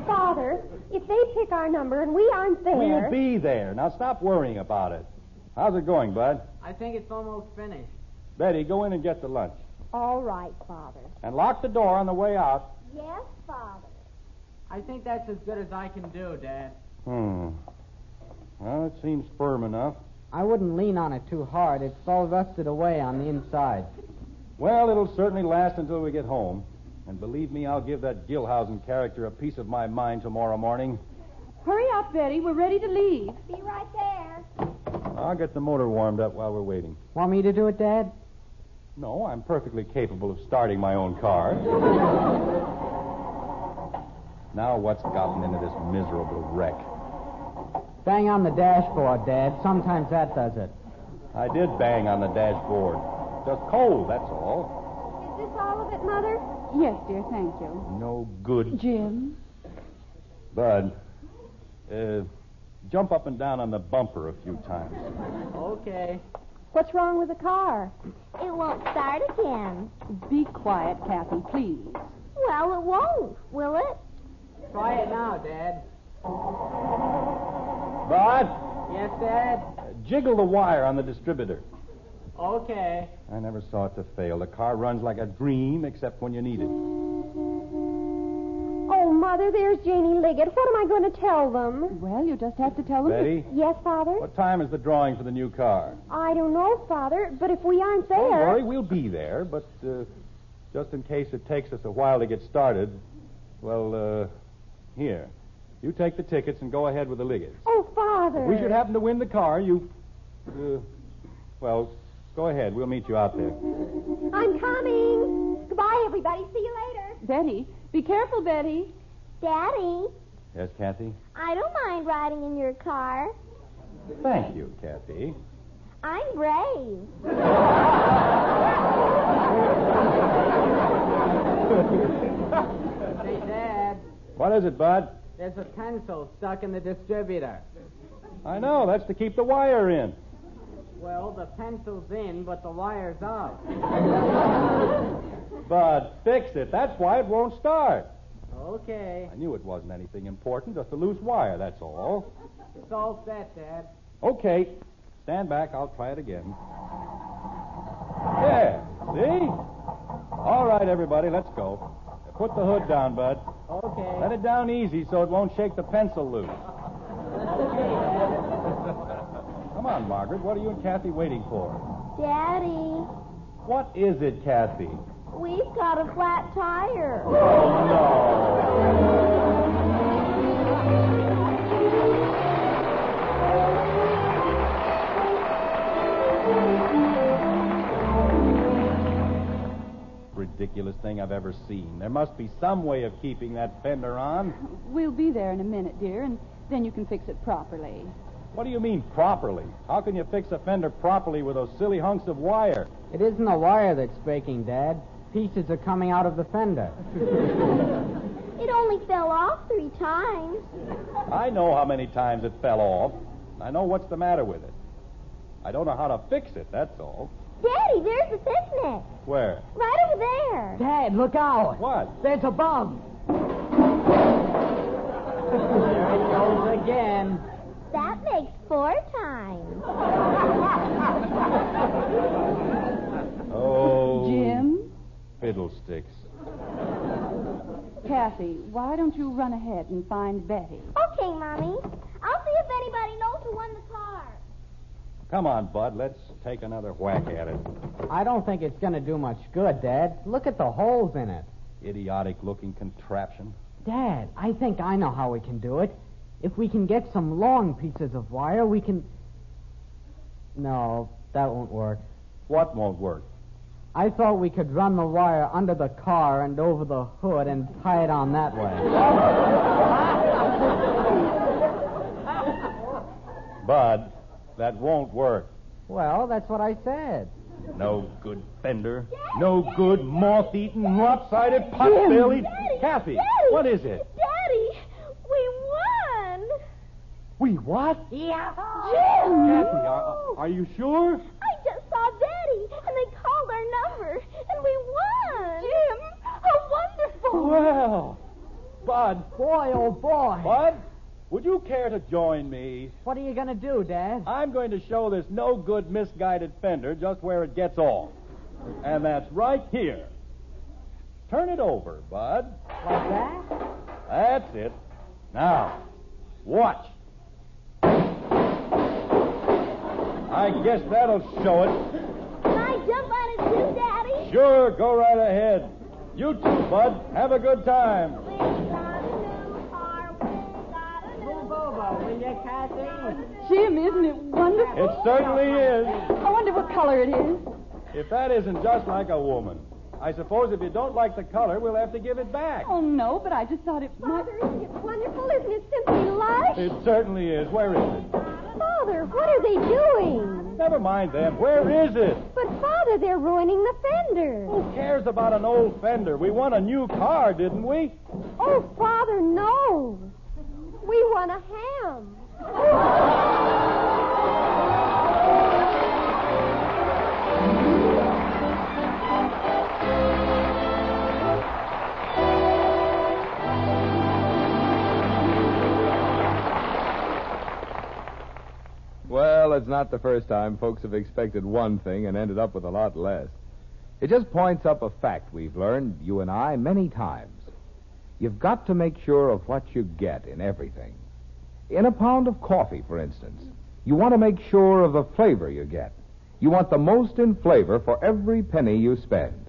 G: Father, if they pick our number and we aren't there.
F: We'll be there. Now stop worrying about it. How's it going, Bud?
O: I think it's almost finished.
F: Betty, go in and get the lunch.
G: All right, Father.
F: And lock the door on the way out.
B: Yes, Father.
O: I think that's as good as I can do, Dad.
F: Hmm. Well, it seems firm enough.
E: I wouldn't lean on it too hard. It's all rusted away on the inside.
F: Well, it'll certainly last until we get home. And believe me, I'll give that Gilhausen character a piece of my mind tomorrow morning.
C: Hurry up, Betty. We're ready to leave.
G: Be right there.
F: I'll get the motor warmed up while we're waiting.
E: Want me to do it, Dad?
F: No, I'm perfectly capable of starting my own car. now, what's gotten into this miserable wreck?
E: Bang on the dashboard, Dad. Sometimes that does it.
F: I did bang on the dashboard. Just cold, that's all.
G: Is this all of it, Mother?
C: Yes, dear, thank you.
F: No good.
C: Jim?
F: Bud, uh, jump up and down on the bumper a few times.
L: Okay.
G: What's wrong with the car?
B: It won't start again.
C: Be quiet, Kathy, please.
B: Well, it won't, will it?
L: Try it now, Dad.
F: Bud,
L: Yes, Dad?
F: uh, jiggle the wire on the distributor.
L: Okay.
F: I never saw it to fail. The car runs like a dream, except when you need it.
G: Oh, Mother, there's Janie Liggett. What am I going to tell them?
C: Well, you just have to tell them.
F: Betty?
G: Yes, Father?
F: What time is the drawing for the new car?
G: I don't know, Father, but if we aren't there.
F: Don't worry, we'll be there, but uh, just in case it takes us a while to get started, well, uh, here. You take the tickets and go ahead with the Liggetts.
G: Oh, Father.
F: If we should happen to win the car, you. Uh, well, go ahead. We'll meet you out there.
G: I'm coming. Goodbye, everybody. See you later.
C: Betty, be careful, Betty.
B: Daddy,
F: Yes, Kathy?
B: I don't mind riding in your car.
F: Thank you, Kathy.
B: I'm brave.
L: Say, Dad,
F: What is it, Bud?
L: there's a pencil stuck in the distributor.
F: I know. That's to keep the wire in.
L: Well, the pencil's in, but the wire's out.
F: Bud, fix it. That's why it won't start.
L: Okay.
F: I knew it wasn't anything important, just a loose wire, that's all.
L: It's all set, Dad.
F: Okay. Stand back. I'll try it again. There. See? All right, everybody, let's go. Put the hood down, Bud.
L: Okay.
F: Let it down easy so it won't shake the pencil loose. Come on, Margaret. What are you and Kathy waiting for?
B: Daddy,
F: What is it, Kathy?
B: we've got a flat tire.
F: Oh, Ridiculous thing I've ever seen. There must be some way of keeping that fender on.
C: We'll be there in a minute, dear, and then you can fix it properly.
F: What do you mean properly? How can you fix a fender properly with those silly hunks of wire?
E: It isn't the wire that's breaking, Dad. Pieces are coming out of the fender.
B: It only fell off three times.
F: I know how many times it fell off. I know what's the matter with it. I don't know how to fix it, that's all.
B: Daddy, there's the picnic.
F: Where?
B: Right over there.
E: Dad, look out!
F: What?
E: There's a bug.
L: There it goes again.
B: That makes four times.
F: Oh.
C: Jim?
F: Fiddlesticks.
C: Kathy, why don't you run ahead and find Betty?
B: Okay, Mommy. I'll see if anybody knows who won the car.
F: Come on, Bud. Let's take another whack at it.
E: I don't think it's going to do much good, Dad. Look at the holes in it.
F: Idiotic looking contraption.
E: Dad, I think I know how we can do it. If we can get some long pieces of wire, we can. No, that won't work.
F: What won't work?
E: I thought we could run the wire under the car and over the hood and tie it on that way.
F: Bud, that won't work.
E: Well, that's what I said.
F: No good fender. No good moth eaten, lopsided, pot bellied. Kathy, what is it?
B: Daddy, we won.
F: We what?
B: Jim!
F: Kathy, are, are you sure?
B: I just saw Betty, and they called our number, and we won. Jim, how wonderful.
F: Well, Bud,
E: Boy, oh boy.
F: Bud, would you care to join me?
E: What are you going to do, Dad?
F: I'm going to show this no good misguided fender just where it gets off. And that's right here. Turn it over, Bud.
E: Like that?
F: That's it. Now, watch.
L: I guess that'll show it.
B: Can I jump on it too, Daddy?
L: Sure, go right ahead. You too, bud. Have a good time.
P: Move over, will you, Kathy?
C: Jim, isn't it wonderful?
L: It certainly is.
C: I wonder what color it is.
L: If that isn't just like a woman. I suppose if you don't like the color, we'll have to give it back.
C: Oh, no, but I just thought it might.
G: Isn't it wonderful? Isn't it simply lush?
L: It certainly is. Where is it?
G: Father, what are they doing?
L: Never mind them. Where is it?
G: But, Father, they're ruining the fender.
L: Who cares about an old fender? We want a new car, didn't we?
G: Oh, Father, no. We want a ham.
J: Well, it's not the first time folks have expected one thing and ended up with a lot less. It just points up a fact we've learned, you and I, many times. You've got to make sure of what you get in everything. In a pound of coffee, for instance, you want to make sure of the flavor you get. You want the most in flavor for every penny you spend.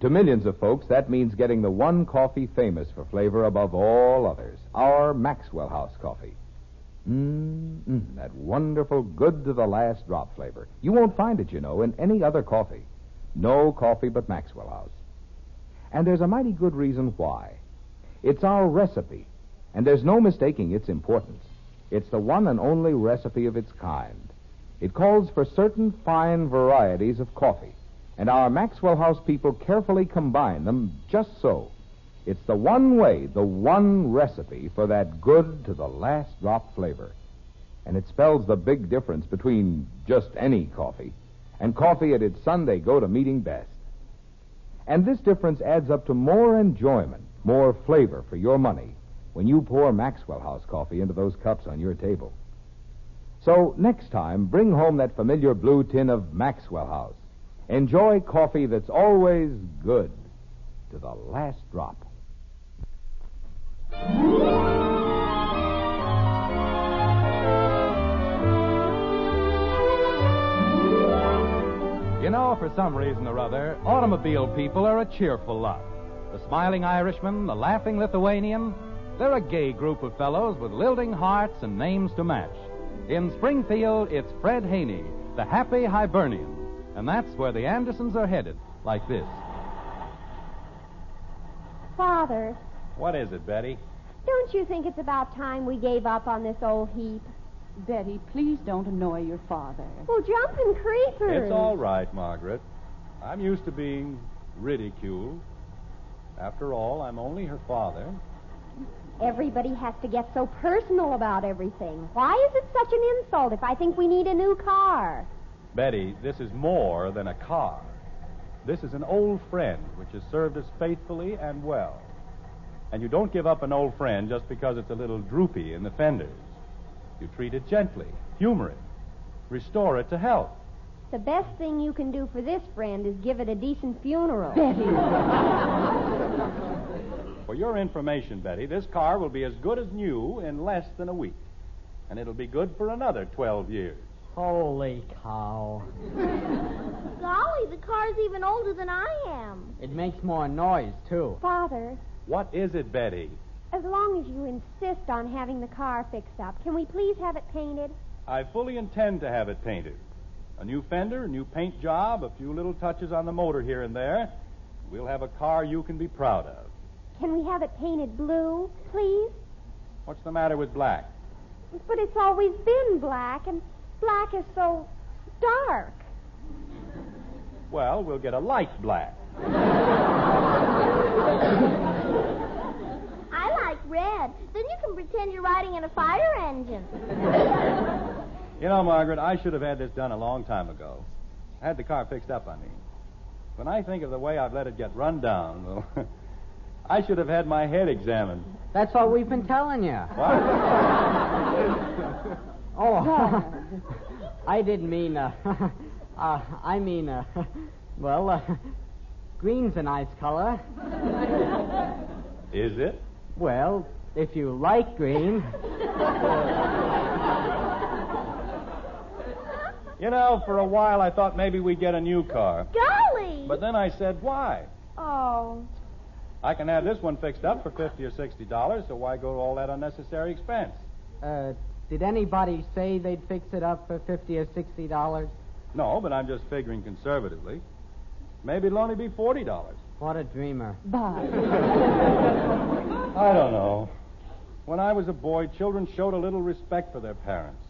J: To millions of folks, that means getting the one coffee famous for flavor above all others our Maxwell House coffee. Mm, that wonderful good to the last drop flavor. You won't find it, you know, in any other coffee. No coffee but Maxwell House. And there's a mighty good reason why. It's our recipe, and there's no mistaking its importance. It's the one and only recipe of its kind. It calls for certain fine varieties of coffee, and our Maxwell House people carefully combine them just so. It's the one way, the one recipe for that good to the last drop flavor. And it spells the big difference between just any coffee and coffee at its Sunday go to meeting best. And this difference adds up to more enjoyment, more flavor for your money when you pour Maxwell House coffee into those cups on your table. So next time, bring home that familiar blue tin of Maxwell House. Enjoy coffee that's always good to the last drop.
D: You know, for some reason or other, automobile people are a cheerful lot. The smiling Irishman, the laughing Lithuanian, they're a gay group of fellows with lilting hearts and names to match. In Springfield, it's Fred Haney, the happy Hibernian. And that's where the Andersons are headed, like this.
G: Father,
F: What is it, Betty?
G: don't you think it's about time we gave up on this old heap?
C: Betty, please don't annoy your father.
G: Well, jumping creepers.
F: It's all right, Margaret. I'm used to being ridiculed. After all, I'm only her father.
G: Everybody has to get so personal about everything. Why is it such an insult if I think we need a new car?
F: Betty, this is more than a car. This is an old friend which has served us faithfully and well. And you don't give up an old friend just because it's a little droopy in the fenders. You treat it gently, humor it, restore it to health.
G: The best thing you can do for this friend is give it a decent funeral.
F: For your information, Betty, this car will be as good as new in less than a week. And it'll be good for another 12 years.
Q: Holy cow.
B: Golly, the car's even older than I am.
Q: It makes more noise, too.
G: Father,
F: What is it, Betty?
G: as long as you insist on having the car fixed up, can we please have it painted?
F: I fully intend to have it painted. A new fender, a new paint job, a few little touches on the motor here and there. We'll have a car you can be proud of.
G: Can we have it painted blue, please?
F: What's the matter with black?
G: But it's always been black, and black is so dark.
F: Well, we'll get a light black.
B: I like red. Then you can pretend you're riding in a fire engine.
F: You know, Margaret, I should have had this done a long time ago. I had the car fixed up, I mean. When I think of the way I've let it get run down, well, I should have had my head examined.
Q: That's what we've been telling you. Oh, I didn't mean, uh, uh, I mean, uh, well, uh, green's a nice color.
F: Is it?
Q: Well, if you like green.
F: You know, for a while I thought maybe we'd get a new car.
B: Golly!
F: But then I said, why?
B: Oh.
F: I can have this one fixed up for 50 or $60, so why go to all that unnecessary expense?
E: Uh, did anybody say they'd fix it up for fifty or sixty dollars?
F: No, but I'm just figuring conservatively. Maybe it'll only be $40.
E: What a dreamer.
F: I don't know. When I was a boy, children showed a little respect for their parents.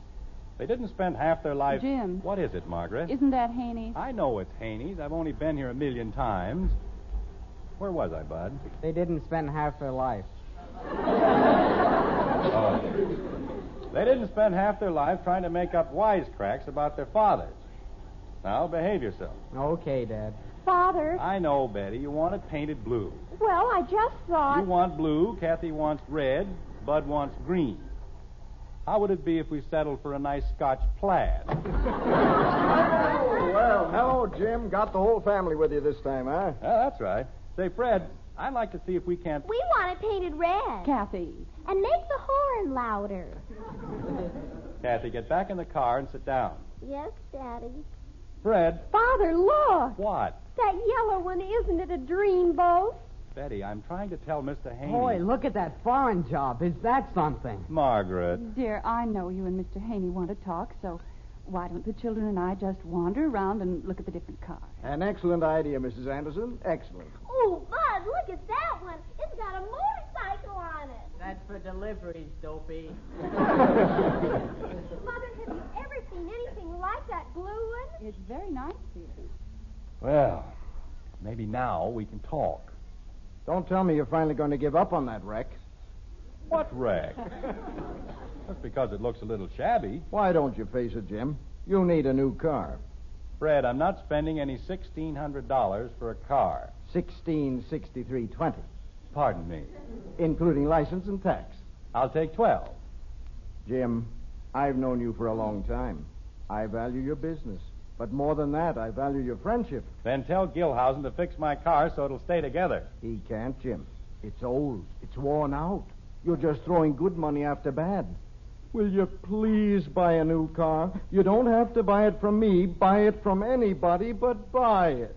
F: They didn't spend half their life.
C: Jim.
F: What is it, Margaret?
C: Isn't that Haney?
F: I know it's Haney's. I've only been here a million times. Where was I, Bud?
E: They didn't spend half their life.
F: They didn't spend half their life trying to make up wisecracks about their fathers. Now, behave yourself.
E: Okay, Dad.
G: Father,
F: I know, Betty. You want it painted blue.
G: well, I just
F: You
G: thought.
F: want blue, Kathy wants red, Bud wants green. How would it be if we settled for a nice Scotch plaid?
R: Oh, Well, hello, Jim. Got the whole family with you this time, huh?
F: Yeah, that's right. Say, Fred, I'd like to see if we can't.
B: We want it painted red.
C: Kathy.
B: And make the horn louder.
F: Kathy, get back in the car and sit down.
B: Yes, Daddy.
F: Fred,
G: Father, look!
F: what?
G: That yellow one, isn't it a dream boat?
F: Betty, I'm trying to tell Mr. Haney.
E: Boy, look at that foreign job. Is that something?
F: Margaret.
C: Dear, I know you and Mr. Haney want to talk, so why don't the children and I just wander around and look at the different cars?
R: An excellent idea, Mrs. Anderson. Excellent.
B: Oh, Bud, look at that one. It's got a motorcycle on it.
S: That's for deliveries, dopey.
B: Mother, have you ever seen anything like that blue one?
C: It's very nice here.
F: Well, maybe now we can talk.
R: Don't tell me you're finally going to give up on that wreck.
F: What wreck? Just because it looks a little shabby.
R: Why don't you face it, Jim? You need a new car.
F: Fred, I'm not spending any $1,600 for a car.
R: Sixteen sixty-three twenty,
F: Pardon me.
R: including license and tax.
F: I'll take 12.
R: Jim, I've known you for a long time. I value your business. But more than that, I value your friendship.
F: Then tell Gilhausen to fix my car so it'll stay together.
R: He can't, Jim. It's old. It's worn out. You're just throwing good money after bad. Will you please buy a new car? You don't have to buy it from me. Buy it from anybody, but buy it.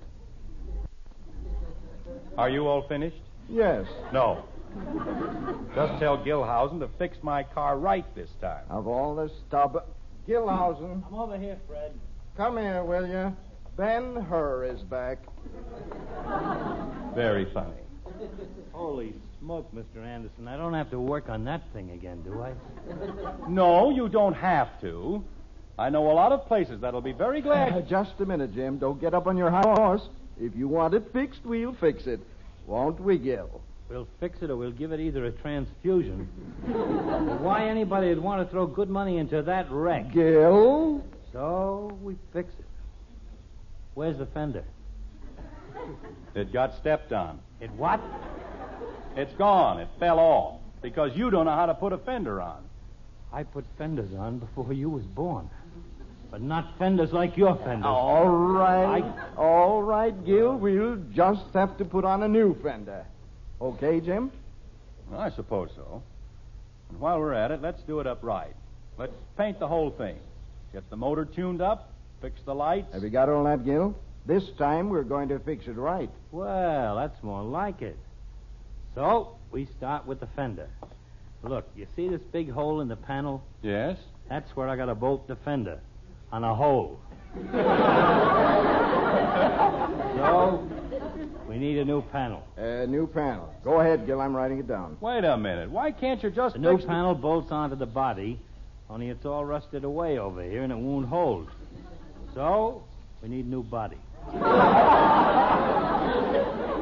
F: Are you all finished?
R: Yes.
F: No. Just tell Gilhausen to fix my car right this time.
R: Of all the stubborn. Gilhausen,
F: I'm over here, Fred.
R: come here, will you? Ben Hur is back.
F: Very funny.
K: Holy smoke, Mr. Anderson. I don't have to work on that thing again, do I?
F: No, you don't have to. I know a lot of places that'll be very glad.
R: Uh, Just a minute, Jim. Don't get up on your high horse. If you want it fixed, we'll fix it. Won't we, Gil?
K: We'll fix it or we'll give it either a transfusion. Why anybody would want to throw good money into that wreck?
R: Gil?
K: So we fix it. Where's the fender?
F: It got stepped on.
K: It what?
F: It's gone. It fell off. Because you don't know how to put a fender on.
K: I put fenders on before you was born. But not fenders like your fenders.
R: All right. All right, Gil. We'll just have to put on a new fender. Okay, Jim?
F: Well, I suppose so. And while we're at it, let's do it up right. Let's paint the whole thing. Get the motor tuned up, fix the lights.
R: Have you got all that, Gil? This time we're going to fix it right.
K: Well, that's more like it. So, we start with the fender. Look, you see this big hole in the panel?
F: Yes?
K: That's where I got to bolt the fender. On a hole. so, we need a new panel.
R: A new panel. Go ahead, Gil. I'm writing it down.
F: Wait a minute. Why can't you just
K: The new
F: fix the-
K: panel bolts onto the body, only it's all rusted away over here and it won't hold. So, we need a new body.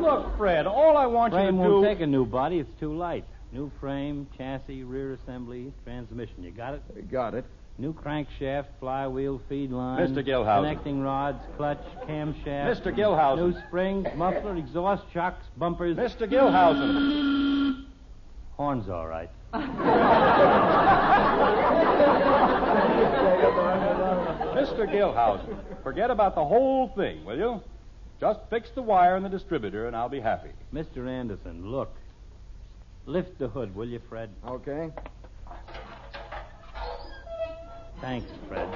F: Look, Fred, all I want
K: frame
F: you to
K: won't
F: do.
K: take a new body. It's too light. New frame, chassis, rear assembly, transmission. You got it?
R: Got it.
K: New crankshaft, flywheel, feed line.
F: Mr. Gilhausen.
K: Connecting rods, clutch, camshaft.
F: Mr. Gilhausen.
K: New springs, muffler, exhaust, shocks, bumpers.
F: Mr. Gilhausen.
K: Horn's all right.
F: Mr. Gilhausen, forget about the whole thing, will you? Just fix the wire and the distributor, and I'll be happy.
K: Mr. Anderson, look. Lift the hood, will you, Fred?
R: Okay.
K: Thanks, Fred.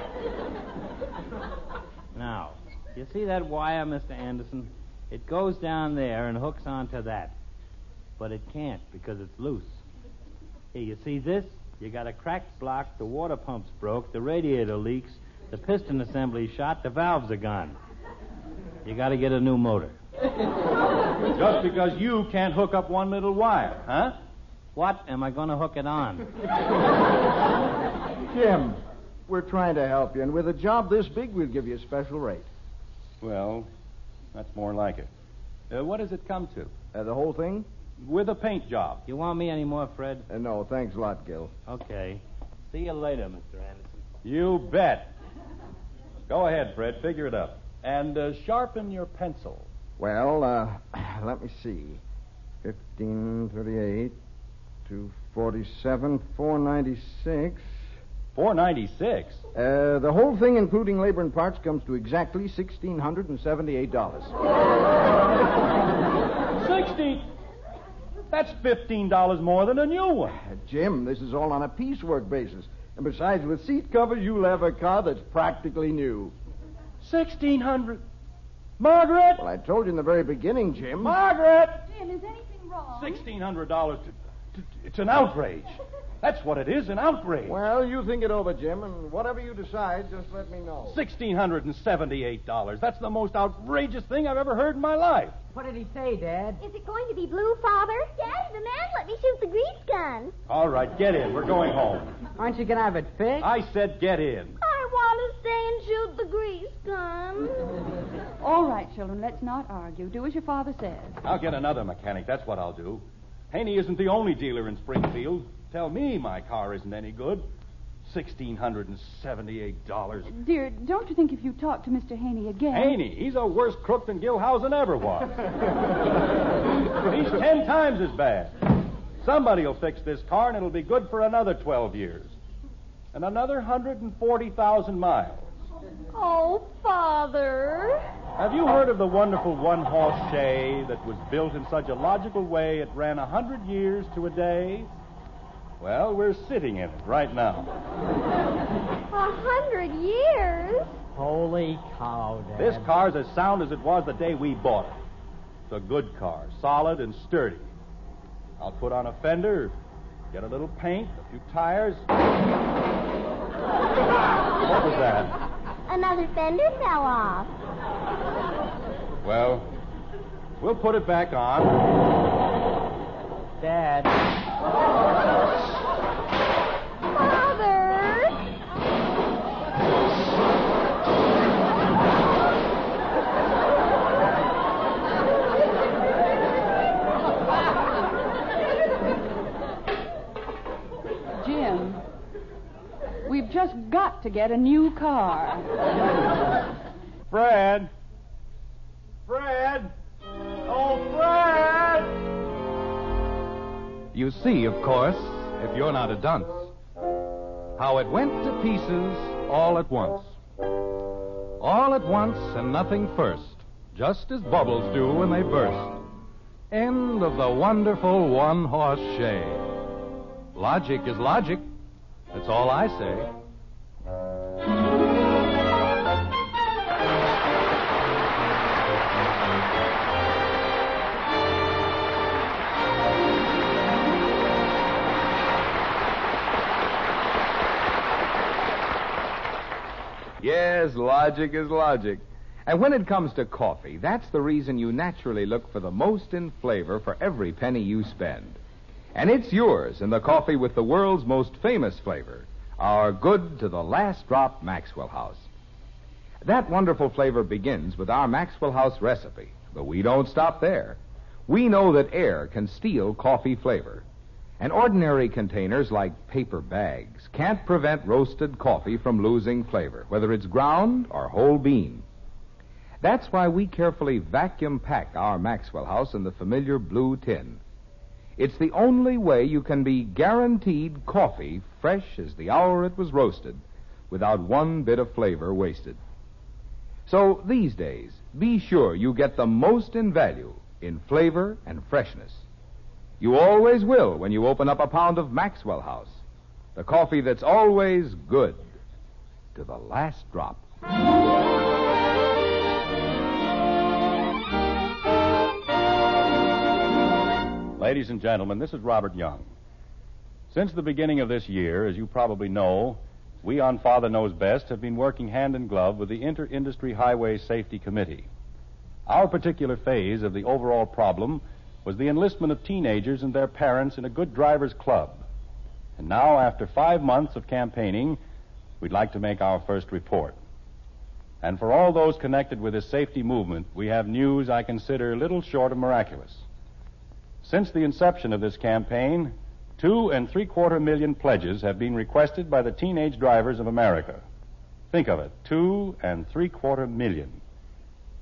K: Now, you see that wire, Mr. Anderson? It goes down there and hooks onto that. But it can't because it's loose. Here, you see this? You got a cracked block, the water pump's broke, the radiator leaks, the piston assembly's shot, the valves are gone. You got to get a new motor.
F: Just because you can't hook up one little wire, huh?
K: What am I going to hook it on?
R: Jim, we're trying to help you, and with a job this big, we'll give you a special rate.
F: Well, that's more like it. Uh, what does it come to?
R: Uh, the whole thing?
F: With a paint job.
K: You want me any more, Fred?
R: Uh, no, thanks a lot, Gil.
K: Okay. See you later, Mr. Anderson.
F: You bet. Go ahead, Fred. Figure it up. And uh, sharpen your pencil.
R: Well, uh, let me see. 1538, 247, 496.
F: 496?
R: Uh, the whole thing, including labor and parts, comes to exactly $1,678.
F: Sixty. That's fifteen dollars more than a new one.
R: Uh, Jim, this is all on a piecework basis. And besides, with seat covers, you'll have a car that's practically new.
F: Sixteen hundred. Margaret!
R: Well, I told you in the very beginning, Jim.
F: Margaret!
I: Jim, is anything wrong?
F: Sixteen hundred dollars. to- to- It's an outrage. That's what it is, an outrage.
R: Well, you think it over, Jim, and whatever you decide, just let me know.
F: Sixteen hundred and seventy-eight dollars. That's the most outrageous thing I've ever heard in my life.
G: What did he say, Dad?
B: Is it going to be blue, Father? Daddy, the man let me shoot the grease gun.
F: All right, get in. We're going home.
Q: Aren't you going to have it fixed?
F: I said get in.
B: I want to stay and shoot the grease gun.
C: All right, children, let's not argue. Do as your father says.
F: I'll get another mechanic. That's what I'll do. Haney isn't the only dealer in Springfield. Tell me my car isn't any good. Sixteen hundred and seventy-eight dollars.
C: Dear, don't you think if you talk to Mr. Haney again.
F: Haney, he's a worse crook than Gilhausen ever was. he's ten times as bad. Somebody will fix this car, and it'll be good for another twelve years, and another hundred and forty thousand miles.
I: Oh, Father.
F: Have you heard of the wonderful one horse shay that was built in such a logical way it ran a hundred years to a day? Well, we're sitting in it right now.
B: A hundred years?
Q: Holy cow, Dad.
F: This car's as sound as it was the day we bought it. It's a good car, solid and sturdy. I'll put on a fender, get a little paint, a few tires. What was that?
B: Another fender fell off.
F: Well, we'll put it back on.
Q: Dad.
B: Father!
C: Jim, we've just got to get a new car.
F: Fred! Fred! Oh, Fred!
D: You see, of course, if you're not a dunce, how it went to pieces all at once. All at once and nothing first, just as bubbles do when they burst. End of the wonderful one horse shay. Logic is logic. That's all I say.
J: Yes, logic is logic. And when it comes to coffee, that's the reason you naturally look for the most in flavor for every penny you spend. And it's yours in the coffee with the world's most famous flavor, our good to the last drop Maxwell House. That wonderful flavor begins with our Maxwell House recipe, but we don't stop there. We know that air can steal coffee flavor. And ordinary containers like paper bags can't prevent roasted coffee from losing flavor, whether it's ground or whole bean. That's why we carefully vacuum pack our Maxwell House in the familiar blue tin. It's the only way you can be guaranteed coffee fresh as the hour it was roasted, without one bit of flavor wasted. So these days, be sure you get the most in value in flavor and freshness. You always will when you open up a pound of Maxwell House, the coffee that's always good, to the last drop.
F: Ladies and gentlemen, this is Robert Young. Since the beginning of this year, as you probably know, we on Father Knows Best have been working hand in glove with the Inter Industry Highway Safety Committee. Our particular phase of the overall problem was the enlistment of teenagers and their parents in a good driver's club. And now, after five months of campaigning, we'd like to make our first report. And for all those connected with this safety movement, we have news I consider little short of miraculous. Since the inception of this campaign, two and three quarter million pledges have been requested by the teenage drivers of America. Think of it two and three quarter million.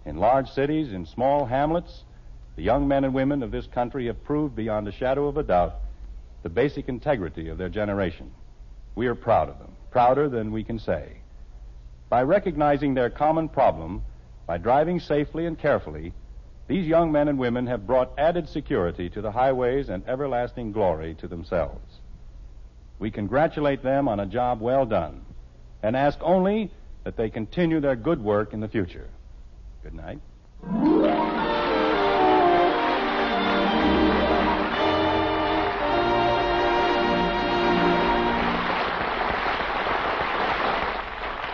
F: In large cities, in small hamlets, the young men and women of this country have proved beyond a shadow of a doubt the basic integrity of their generation. We are proud of them, prouder than we can say. By recognizing their common problem, by driving safely and carefully, these young men and women have brought added security to the highways and everlasting glory to themselves. We congratulate them on a job well done and ask only that they continue their good work in the future. Good night.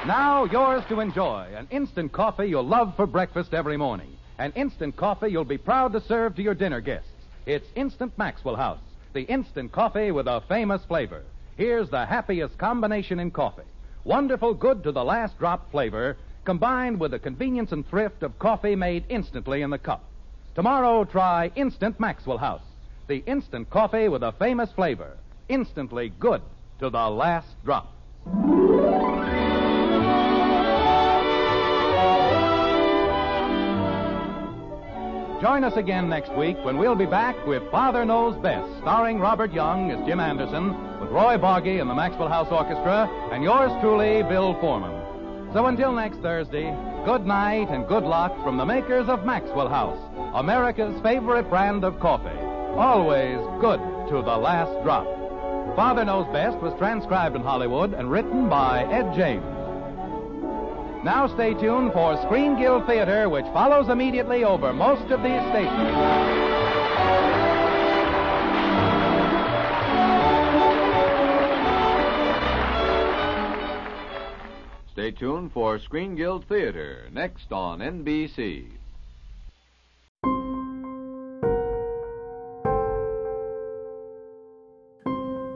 D: Now, yours to enjoy an instant coffee you'll love for breakfast every morning. An instant coffee you'll be proud to serve to your dinner guests. It's Instant Maxwell House, the instant coffee with a famous flavor. Here's the happiest combination in coffee wonderful, good to the last drop flavor, combined with the convenience and thrift of coffee made instantly in the cup. Tomorrow, try Instant Maxwell House, the instant coffee with a famous flavor. Instantly good to the last drop. Join us again next week when we'll be back with Father Knows Best, starring Robert Young as Jim Anderson, with Roy Boggy and the Maxwell House Orchestra, and yours truly, Bill Foreman. So until next Thursday, good night and good luck from the makers of Maxwell House, America's favorite brand of coffee. Always good to the last drop. Father Knows Best was transcribed in Hollywood and written by Ed James. Now stay tuned for Screen Guild Theater, which follows immediately over most of these stations.
M: Stay tuned for Screen Guild Theater next on NBC.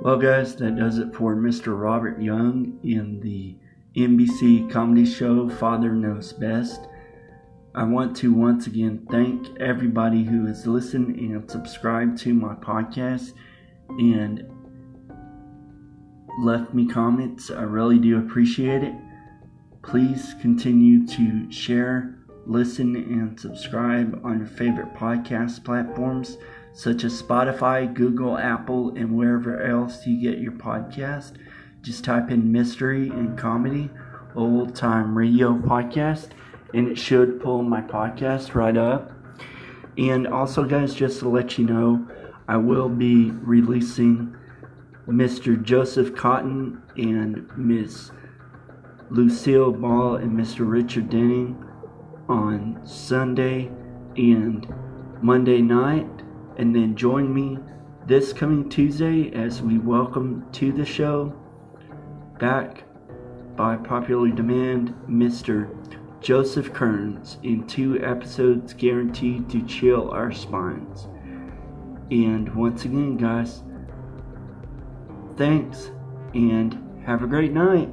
A: Well, guys, that does it for Mr. Robert Young in the NBC comedy show Father Knows Best. I want to once again thank everybody who has listened and subscribed to my podcast and left me comments. I really do appreciate it. Please continue to share, listen, and subscribe on your favorite podcast platforms such as Spotify, Google, Apple, and wherever else you get your podcast. Just type in mystery and comedy, old time radio podcast, and it should pull my podcast right up. And also, guys, just to let you know, I will be releasing Mr. Joseph Cotton and Miss Lucille Ball and Mr. Richard Denning on Sunday and Monday night. And then join me this coming Tuesday as we welcome to the show back by popular demand Mr. Joseph Kearns in two episodes guaranteed to chill our spines. And once again, guys, thanks and have a great night.